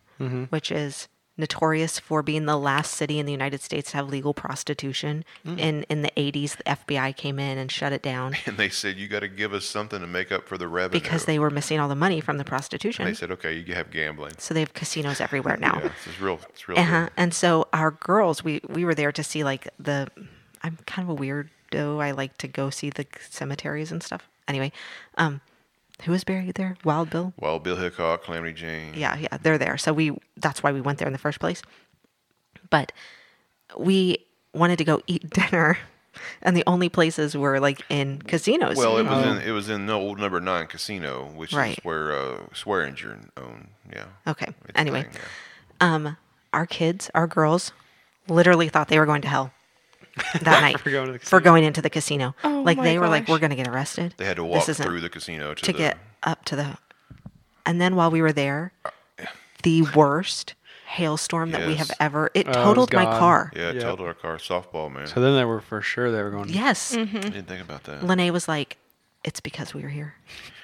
which is notorious for being the last city in the United States to have legal prostitution. And in the 80s, the FBI came in and shut it down
And they said, you got to give us something to make up for the revenue.
because they were missing all the money from the
And they
prostitution.
said, okay, you have gambling.
So they have casinos everywhere now.
Yeah, it's real. It's real.
Uh-huh. And so our girls, we we were there to see like the. I'm kind of a weirdo. I like to go see the cemeteries and stuff. Anyway, um, who was buried there? Wild Bill.
Well, Bill Hickok, Calamity Jane.
yeah, yeah, they're there. So we that's why we went there in the first place. But we wanted to go eat dinner, and the only places were like in casinos.
Well, it was in it was in the old number nine casino, which
Right.
is where uh, Swearinger owned. Yeah.
okay.
It's a
Anyway,
thing, yeah.
um, our kids, our girls, literally thought they were going to hell. that night
For going to the
for
casino.
going into the casino.
Oh
like
my
they were like,
gosh.
we're going to get arrested.
They had to
This
walk
isn't-
through the casino to,
to
the,
get up to the. And then while we were there, the worst hailstorm that we have
Yes.
ever. It
Oh, it was
totaled my
gone.
car.
Yeah,
Yep.
total our car softball man.
So then they were for sure they were going.
Yes.
I didn't think about that.
Lene was like, "It's because we were here."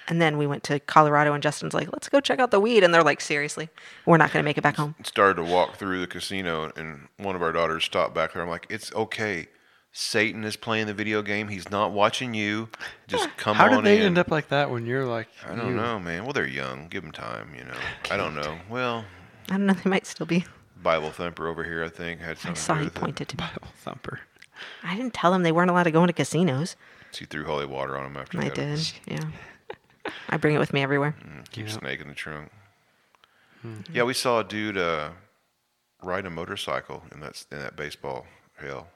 And then we went to Colorado, and Justin's like, "Let's go check out the weed." And they're like, "Seriously, we're not going to make it back home."
started to walk through the casino, and one of our daughters stopped back there. I'm like, it's okay. Satan is playing the video game. He's not watching you. Just come
How
on
did they
in.
end up like that when you're like?
I don't know, man. Well, they're young. Give them time, you know. I don't know. Well,
I don't know. They might still be.
Bible thumper over here, I think, had
I
something
saw
to do
he
with it.
pointed to me.
Thumper.
I didn't tell him they weren't allowed to go into casinos.
She threw holy water on him after
I
that.
did. Yeah. I bring it with me everywhere.
Keep
Yeah. Hmm.
snake in the trunk. Yeah, we saw a dude uh, ride a motorcycle in that in that baseball hill.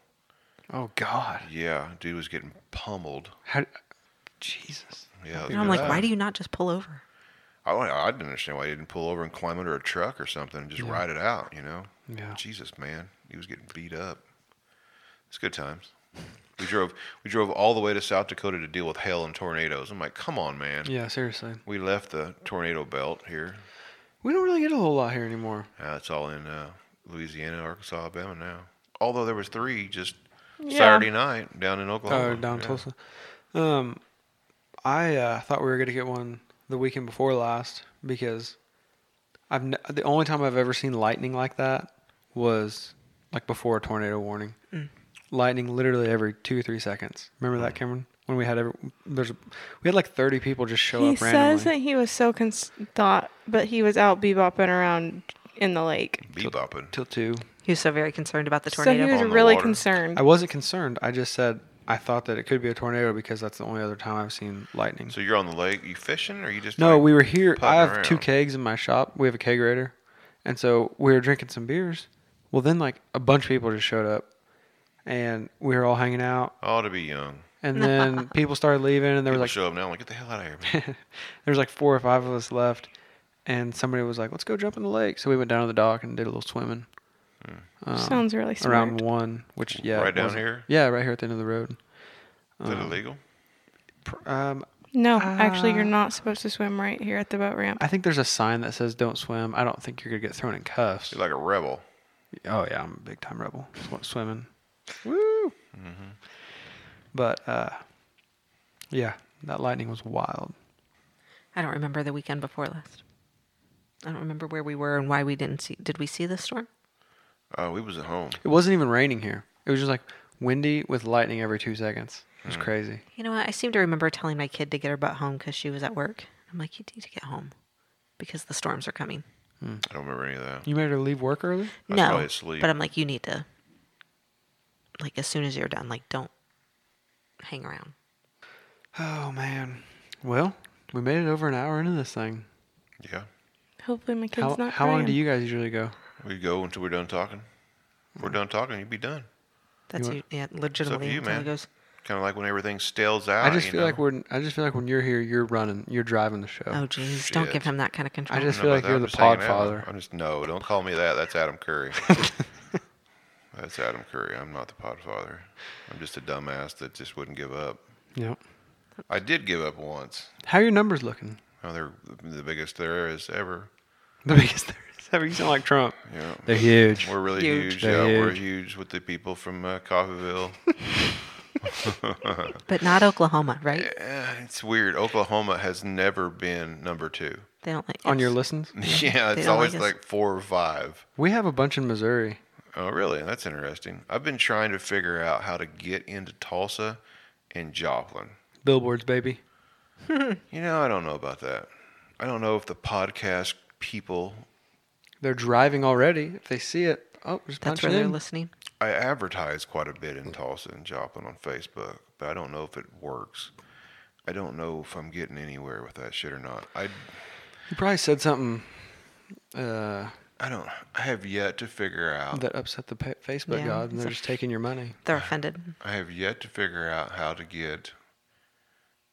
Oh God.
Yeah, dude was getting pummeled.
How? Jesus.
Yeah,
And I'm like, why do you not just pull over?
I, I didn't understand why he didn't pull over and climb under a truck or something and just ride it out, you know?
Yeah.
Jesus, man, he was getting beat up. It's good times. We drove we drove all the way to South Dakota to deal with hail and tornadoes. I'm like, come on, man.
Yeah. Seriously.
We left the tornado belt here.
We don't really get a whole lot here anymore.
Uh, it's all in uh, Louisiana, Arkansas, Alabama now. Although there was three just
Yeah.
Saturday night down in
Oh,
Oklahoma.
down
yeah.
Tulsa. Um, I uh, thought we were gonna get one the weekend before last because I've n- the only time I've ever seen lightning like that was like before a tornado warning.
Mm.
Lightning literally every two or three seconds. Remember that, Cameron? When we had every, there's we had like thirty people just show
He
up randomly.
says that he was so con- thought, but he was out bebopping around in the lake.
Bebopping.
till two.
He was so very concerned about the
So he
tornado.
was
On the
really
water.
concerned.
I wasn't concerned. I just said I thought that it could be a tornado because that's the only other time I've seen lightning.
So you're on the lake. You fishing or you just
No,
like,
we were here. I
putting
have two
around?
kegs in my shop. We have a kegerator, and so we were drinking some beers. Well, then like a bunch of people just showed up, and we were all hanging out.
Oh, to be young.
And then people started leaving, and there
People
was like
show up now. I'm like, get the hell out of here, man.
there was like four or five of us left, and somebody was like, "Let's go jump in the lake." So we went down to the dock and did a little swimming. Um,
Sounds really smart.
around one, which yeah,
Hmm. Right
it
down
wasn't-
here?
Yeah, right here at the end of the road.
Is
Uh-huh.
it illegal?
Pr- Um,
no, actually,
Ah.
you're not supposed to swim right here at the boat ramp.
I think there's a sign that says "Don't swim." I don't think you're gonna get thrown in cuffs.
You're like a rebel.
Oh yeah, I'm a big time rebel. Sw- Swimming, woo. But uh, yeah, that lightning was wild.
I don't remember the weekend before last. I don't remember where we were and why we didn't see. Did we see the storm?
Uh, we was at home.
It wasn't even raining here. It was just like windy with lightning every two seconds. It was
Hmm.
crazy.
You know what? I seem to remember telling my kid to get her butt home because she was at work. I'm like, you need to get home because the storms are coming.
I don't remember any of that.
You made her leave work early.
I was
no,
probably asleep.
but um, I'm like, you need to. Like as soon as you're done, like don't hang around.
Oh man. Well, we made it over an hour into this thing.
Yeah.
Hopefully, my kid's
How,
not
how long
crying.
do you guys usually go?
We go until we're done talking. If
Mm.
we're done talking, you'd be done.
That's
want-
you yeah, legitimately.
you,
that's how it
man.
goes.
Kind of like when everything stales out.
I just
you
feel
know?
like we're. I just feel like when you're here, you're running, you're driving the show.
Oh jeez, don't give
Shit.
him that kind of control.
I
just-
don't
feel
know
like
about
you're
that.
the
I'm just hanging
podfather.
out. I'm just no. Don't call me that. That's Adam Curry. That's Adam Curry. I'm not the podfather. I'm just a dumbass that just wouldn't give up.
Yep.
I did give up once.
How are your numbers looking?
Oh, they're the biggest there is ever.
The biggest there is ever. You sound like Trump.
Yeah.
They're huge.
We're really
Huge.
huge. Yeah,
They're
we're huge with the people from uh, Coffeeville.
but not Oklahoma, right?
Eh, it's weird. Oklahoma has never been number two.
They don't like
On your
it's-
listens,
Yeah,
They
it's
don't
always
like us.
like four or five.
we have a bunch in Missouri.
Oh, really? That's interesting. I've been trying to figure out how to get into Tulsa and Joplin.
Billboards, baby.
You know, I don't know about that. I don't know if the podcast people.
They're driving already. If they see it, oh, just punch
That's where
it
they're
in.
listening.
I advertise quite a bit in Tulsa and Joplin on Facebook, but I don't know if it works. I don't know if I'm getting anywhere with that shit or not. I,
You probably said something uh,
I don't. I have yet to figure out.
that upset the pa- Facebook
Yeah,
god, and
it's
they're
a-
just taking your money.
They're offended.
I have yet to figure out how to get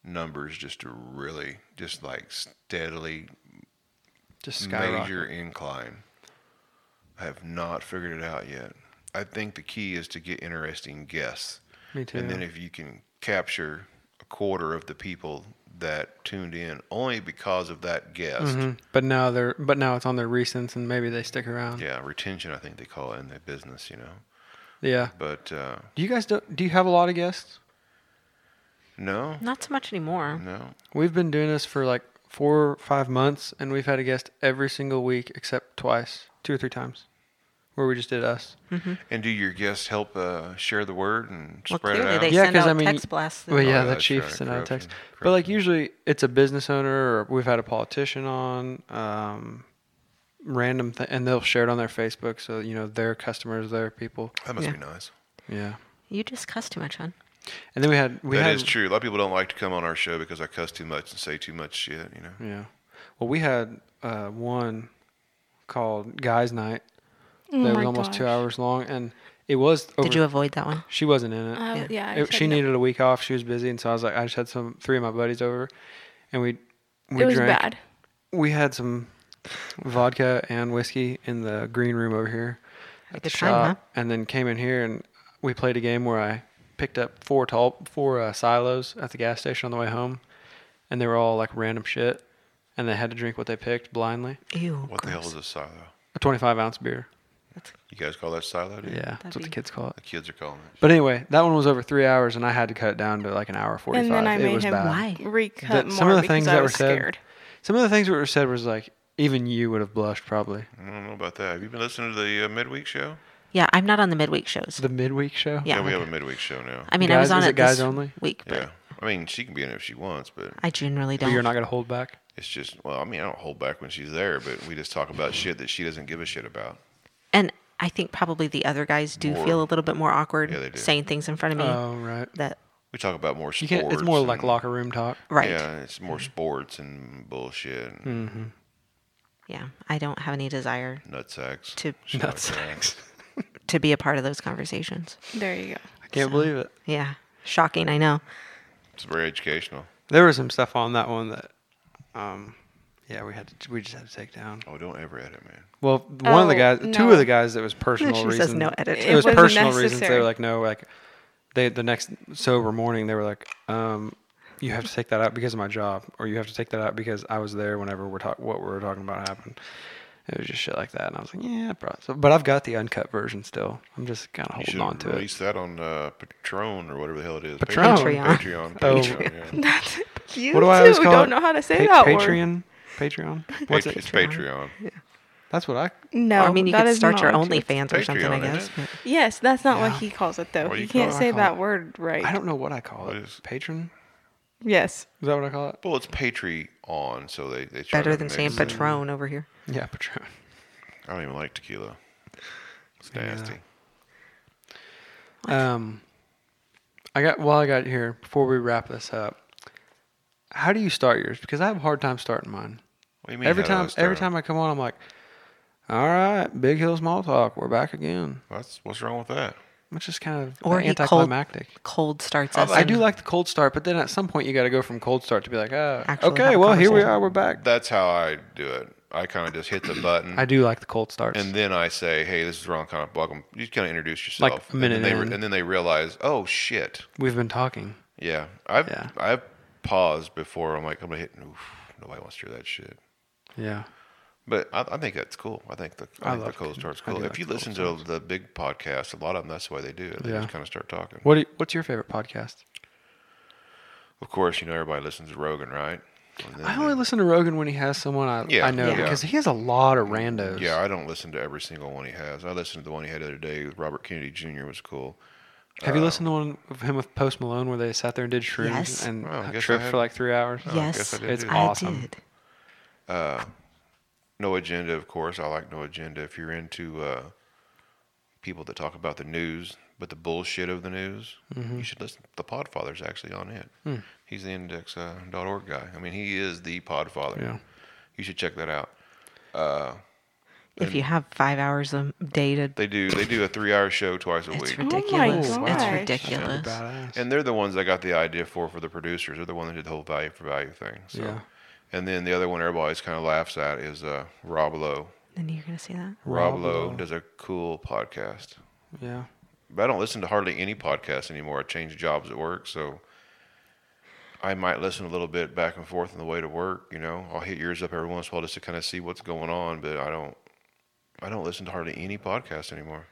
numbers just to really, just like steadily
Just skyrocket.
major incline. I have not figured it out yet. I think the key is to get interesting guests.
Me too.
And then if you can capture a quarter of the people that tuned in only because of that guest,
Mhm. But now they're but now it's on their recents and maybe they stick around.
yeah, retention I think they call it in the business, you know.
Yeah.
But uh,
Do you guys do, do you have a lot of guests?
no,
Not so much anymore.
no,
We've been doing this for like four or five months and we've had a guest every single week except twice, two or three times. Where we just did us.
And do your guests help uh, share the word and
Well,
spread
clearly
it out?
they
Yeah,
send
'cause
out
I mean-
text blasts.
Well, yeah,
Oh,
the
that's
chiefs
right,
and out
corruption,
text. But like
corruption.
usually it's a business owner or we've had a politician on, um, random th- and they'll share it on their Facebook so you know their customers, their people.
that must
Yeah.
be nice.
Yeah.
you just cuss too much, hon.
And then we had
That
we
is
had
true. A lot of people don't like to come on our show because I cuss too much and say too much shit. You know.
Yeah. Well, we had uh, one called Guys Night that was
Oh my
almost two
gosh.
hours long, and it was. Over,
Did you avoid that one?
She wasn't in it.
I w- Oh, yeah, I
It-
said
she
no.
needed a week off. She was busy, and so I was like, I just had some three of my buddies over, and we we
it was
drank.
bad.
We had some vodka and whiskey in the green room over here at the
good time,
shop,
huh?
and then came in here and we played a game where I picked up four tall four uh, silos at the gas station on the way home, and they were all like random shit, and they had to drink what they picked blindly.
Ew.
What the hell
gross.
is a silo?
A 25 ounce beer.
You guys call that silo? Dude?
Yeah, that's what the
be-
kids call it.
The kids are calling it.
But anyway, that one was over three hours, and I had to cut it down to like an hour 45.
And then I
it
made
was
him
bad.
Why?
recut
The-
more
some of the
because
things
I
that were
was
said-
scared.
Some of the things that were said was like, even you would have blushed probably.
I don't know about that. Have you been listening to the uh, midweek show?
Yeah, I'm not on the midweek shows.
The midweek show?
yeah,
we
okay.
have a midweek show now.
I mean, I
Guys-
was on
is
it,
it guys
this
only?
week, but
yeah. I mean, she can be in it if she wants, but
I generally don't.
But you're not going to hold back?
it's just well. I mean, I don't hold back when she's there, but we just talk about shit that she doesn't give a shit about.
and I think probably the other guys do
More.
feel a little bit more awkward
Yeah, they do.
saying things in front of me.
Oh, right.
that
We talk about more sports.
You can't, it's more like
and-
locker room talk.
right? Yeah.
Yeah, it's more sports and bullshit and
I don't have any desire
Hmm.
nutsacks.
to
shit like that.
Nutsacks.
to be a part of those conversations.
There you go.
I can't believe it.
Yeah, shocking. I know.
It's very educational.
There was some stuff on that one that, um, yeah, we had to, we just had to take down.
Oh, don't ever edit, man.
Well, one of the
Oh,
guys, two
no.
of the guys that was personal
She
reasons.
says no edit.
It,
It
was
wasn't
personal reasons. They were
necessary.
like, no, like they the next sober morning they were like, um, you have to take that out because of my job, or you have to take that out because I was there whenever we're talk what we were talking about happened. It was just shit like that, and I was like, yeah, bro. So, but I've got the uncut version still. I'm just kind of
You should
holding on to it.
release that on uh, Patron or whatever the hell it is.
Patron.
Patreon. Patreon.
Oh.
Patreon, yeah.
That's you
What do I always
too
call
don't
it?
know how to say
Pa-
that word.
Patreon. Patreon. What's
Pat-
it?
It's Patreon.
That's what I.
No,
Or, I mean, you
that
could
is
start your
not what you-
OnlyFans or something. I
Patreon, isn't
guess.
it?
but-
Yes, that's not
Yeah.
what he calls it though.
What do
you
you call
can't
it?
say
I call
that
it-
word right.
I don't know what I call
What
it.
is-
Patron.
Yes.
Is that what I call it?
Well, it's Patreon, so they, they try
Better
to
than
mix
saying
uh,
it.
Patron over here.
Yeah, Patron.
I don't even like tequila. It's nasty.
Um, I got while I got here before we wrap this up. How do you start yours? Because I have a hard time starting mine.
What do you mean?
every
how do I
time, every
start?
time I come on, I'm like, "All right, big hill, small talk. We're back again,"
What's what's wrong with that?
which is kind of
Or he cold-
anticlimactic.
Cold starts us.
Oh, I do
and-
like the cold start, but then at some point you got to go from cold start to be like, "Ah,
Actually have
okay,
a
well here we
conversation.
are, we're back."
That's how I do it. I kind of just hit the button,
I do like the cold starts.
and then I say, "Hey, this is Ron Connor. Welcome." You kind of introduce yourself,
a minute
and then, they,
in.
re- and then they realize, "Oh shit,
We've been talking.
Yeah, I've
Yeah.
I've paused before. I'm like, I'm gonna hit. Oof, nobody wants to hear that shit.
Yeah,
But I, I think that's cool. I think the I,
I
think the
love
cold
it.
start's
I
cool.
do
If
like
you
cold
listen to the big podcasts, a lot of them that's the way they do it. They
Yeah.
just kind of start talking.
what? Do you, what's your favorite podcast?
Of course, you know everybody listens to Rogan, right? And then
I only
they-
listen to Rogan when he has someone I,
Yeah,
I know
yeah.
because he has a lot of randos.
Yeah, I don't listen to every single one he has. I listened to the one he had the other day with Robert Kennedy Jr. was cool.
Have you
Uh,
listened to one of him with Post Malone where they sat there and did shrooms
Yes.
and
Wow, I
uh,
guess I
tripped
had- Oh,
for like three hours?
Yes,
I did
It's
do
that. awesome.
I did.
No agenda, of course. I like no agenda. If you're into uh, people that talk about the news, but the bullshit of the news, you should listen. The Podfather's actually on it. He's the index uh, dot org guy. I mean, he is the Podfather.
Yeah.
You should check that out.
If you have five hours a day to,
They do. They do a three-hour show twice a
it's
week,
ridiculous. it's
Oh gosh.
ridiculous.
Badass.
and they're the ones I got the idea for for the producers. They're the one that did the whole value for value thing. So.
Yeah.
And then the other one everybody always kind of laughs at is uh, Rob Lowe.
Then you're gonna see that.
Rob,
Rob
Lowe
Lowe.
does a cool podcast.
Yeah.
But I don't listen to hardly any podcasts anymore. I change jobs at work, so I might listen a little bit back and forth on the way to work. You know, I'll hit yours up every once in a while just to kind of see what's going on. But I don't, I don't listen to hardly any podcasts anymore.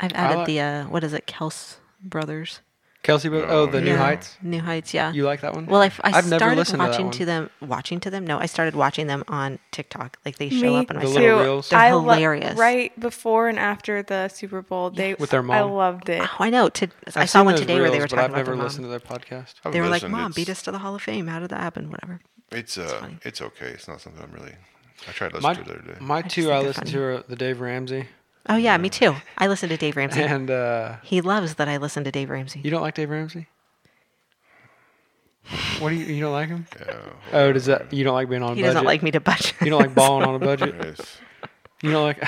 I've added
like-
the uh, what is it, Kels Brothers?
Kelsey, Bo- oh, the New
Yeah.
Heights.
New Heights, yeah.
You like that one?
Well, I, f- I
I've
started
never listened to that
watching
one.
to, them, watching to them. No, I started watching them on TikTok. Like they show
Me
up on my
The
too.
little
phone.
reels?
They're
I lo-
hilarious.
right before and after the Super Bowl, they
With their
I
mom.
loved it.
Oh, I know. To, I
I've
saw
seen
one
those
today where they were
reels,
talking
but I've
about
never
their
listened
mom.
to their podcast.
I've
They were like,
listened,
"Mom,
it's-
beat us to the Hall of Fame. How did that happen? Whatever."
It's uh, it's okay. It's not something I'm really. I tried to listen
My,
to it the other day.
my
just
two
think
I
they're
listen to
funny.
are the Dave Ramsey
Oh yeah, me too. I listen to Dave Ramsey.
and uh,
He loves that I listen to Dave Ramsey.
you don't like Dave Ramsey. What do you you don't like him?
Yeah,
Oh, does that you don't like being on? a
he doesn't
budget?
like me to budget.
You don't like balling on a budget.
it's-
You don't like.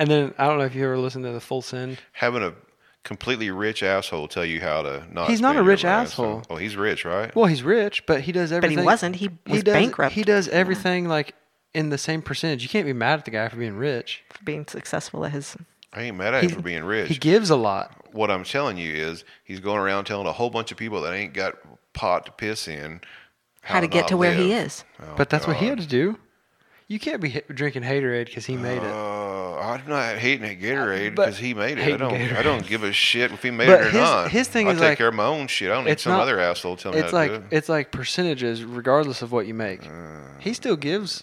And then I don't know if you ever listened to the Full Send.
having a completely rich asshole tell you how to not.
He's not
spend
a
your
rich
money.
asshole.
oh, he's rich, right?
Well, he's rich, but he does everything.
wasn't. He was
does,
bankrupt.
He does
Yeah.
everything like in the same percentage. You can't be mad at the guy for being rich.
for being successful at his.
I ain't mad at him for being rich.
He gives a lot.
what I'm telling you is he's going around telling a whole bunch of people that ain't got pot to piss in
How, to get
not
to where he
live.
is.
Oh,
But that's what he
God.
had to do. You can't be hit, drinking haterade because he made it.
Uh, I'm not hating at Gatorade
Uh, But-
because he made it. I
Hating
don't. I
Gatorade.
don't give a shit if he made it
But
or
his-
not.
his thing
I
is
take
like-
care of my own shit. I don't need
it's
some
not-
other asshole telling me
It's
how
like
to Uh, do it.
it's like percentages, regardless of what you make. he still gives,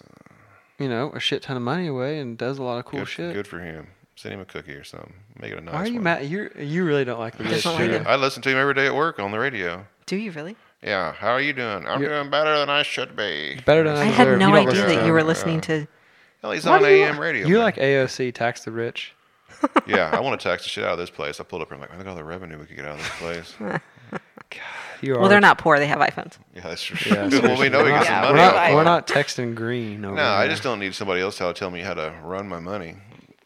you know, a shit ton of money away and does a lot of cool
Good,
shit.
good for him. Send him a cookie or something. Make it a nice.
Why are you
one.
mad? You you really don't like the rich.
Doesn't
do
like
you?
him.
I listen to him every day at work on the radio.
Do you really?
Yeah. How are you doing? I'm
You-
doing better than I should be.
Better than I,
I had
deserve.
no
You don't
idea
listen
that
to
you
him.
were listening to.
Well, he's
Why
on
do you-
AM radio.
You
man.
like AOC tax the rich.
yeah, I want to tax the shit out of this place. I pulled up and I'm like, man, look at all the revenue we could get out of this place.
You are.
Well, they're not poor. They have iPhones.
Yeah, that's true.
Yeah,
well, we
seriously.
know we
We're
got
not-
some
We're
money. out of
not,
it.
we're not texting green. Over
No, I
here.
just don't need somebody else to tell me how to run my money.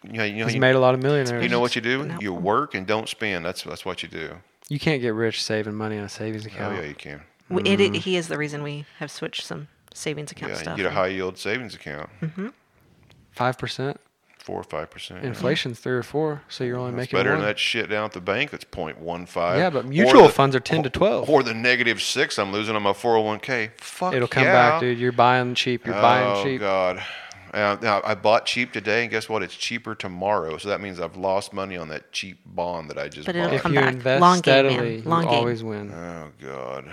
You know, you know,
He's
you,
made a lot of millionaires.
you know what you do?
Been
You
helpful.
work and don't spend. That's that's what you do.
You can't get rich saving money on a savings
Oh
account.
yeah, you can.
We- It, it- he is the reason we have switched some savings account
Mm. Yeah, you
stuff.
get a high yield savings account,
Mm-hmm. Five percent.
four or five percent.
Inflation's three or four, so you're only
It's
making
better
more.
than that shit down at the bank. That's 0.15.
Yeah, but
Or
mutual
the-
funds are 10 to 12.
Or the negative six I'm losing on my 401k. Fuck
It'll come
yeah.
back, dude. You're buying cheap. You're buying
oh,
cheap.
God. Uh, now, I bought cheap today, and guess what? It's cheaper tomorrow. So that means I've lost money on that cheap bond that I just
But it'll
bought.
If
come
you
back.
invest
Long game, man.
steadily, you
Long game.
always win.
oh, God.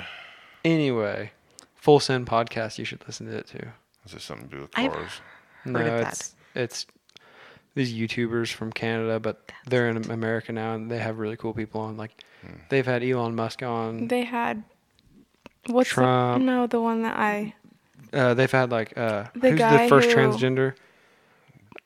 Anyway, Full Send podcast. You should listen to it too.
Is this something to do with
I've-
cars?
No,
of that.
it's it's these YouTubers from Canada, but they're in America now, and they have really cool people on. Like,
Hmm.
they've had Elon Musk on.
They had what's
Trump.
The, no the one that I
Uh, they've had like uh,
The
who's the
guy
first
who-
transgender?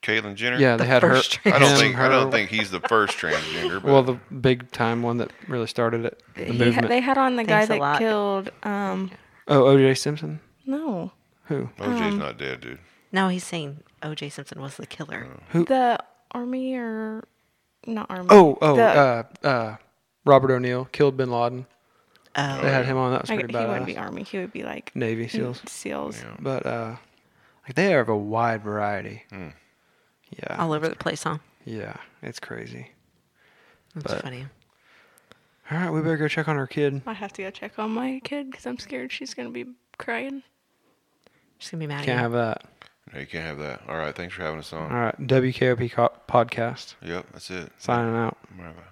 Caitlyn Jenner?
Yeah, they had her.
first
I don't
him,
think I
her-
don't think he's the first transgender. But
Well, the big time one that really started it, the
he
movement.
had, they had on the guy
Thanks a
that
lot.
killed um
oh, OJ Simpson.
no
Who?
Um,
OJ's not dead, dude.
No, he's saying O.J. Simpson was the killer.
Oh.
the army or not army
Oh, oh,
the,
uh, uh, Robert O'Neill killed Bin Laden.
Oh,
They had him on. That was
I, he
pretty
wouldn't be Mm.
badass.
army he would be like
Navy SEALs.
seals
But uh, like they have a wide variety.
Hmm.
Yeah.
all over the place, huh?
Yeah, it's crazy.
That's
But-
funny.
All right, we better go check on our kid.
I have to go check on my kid because I'm scared she's gonna be crying
She's gonna be mad. At you.
Can't have that.
No, you can't have that. All right, thanks for having us on.
All right, WKOP co- podcast
Yep, that's it.
signing out.
Bye-bye.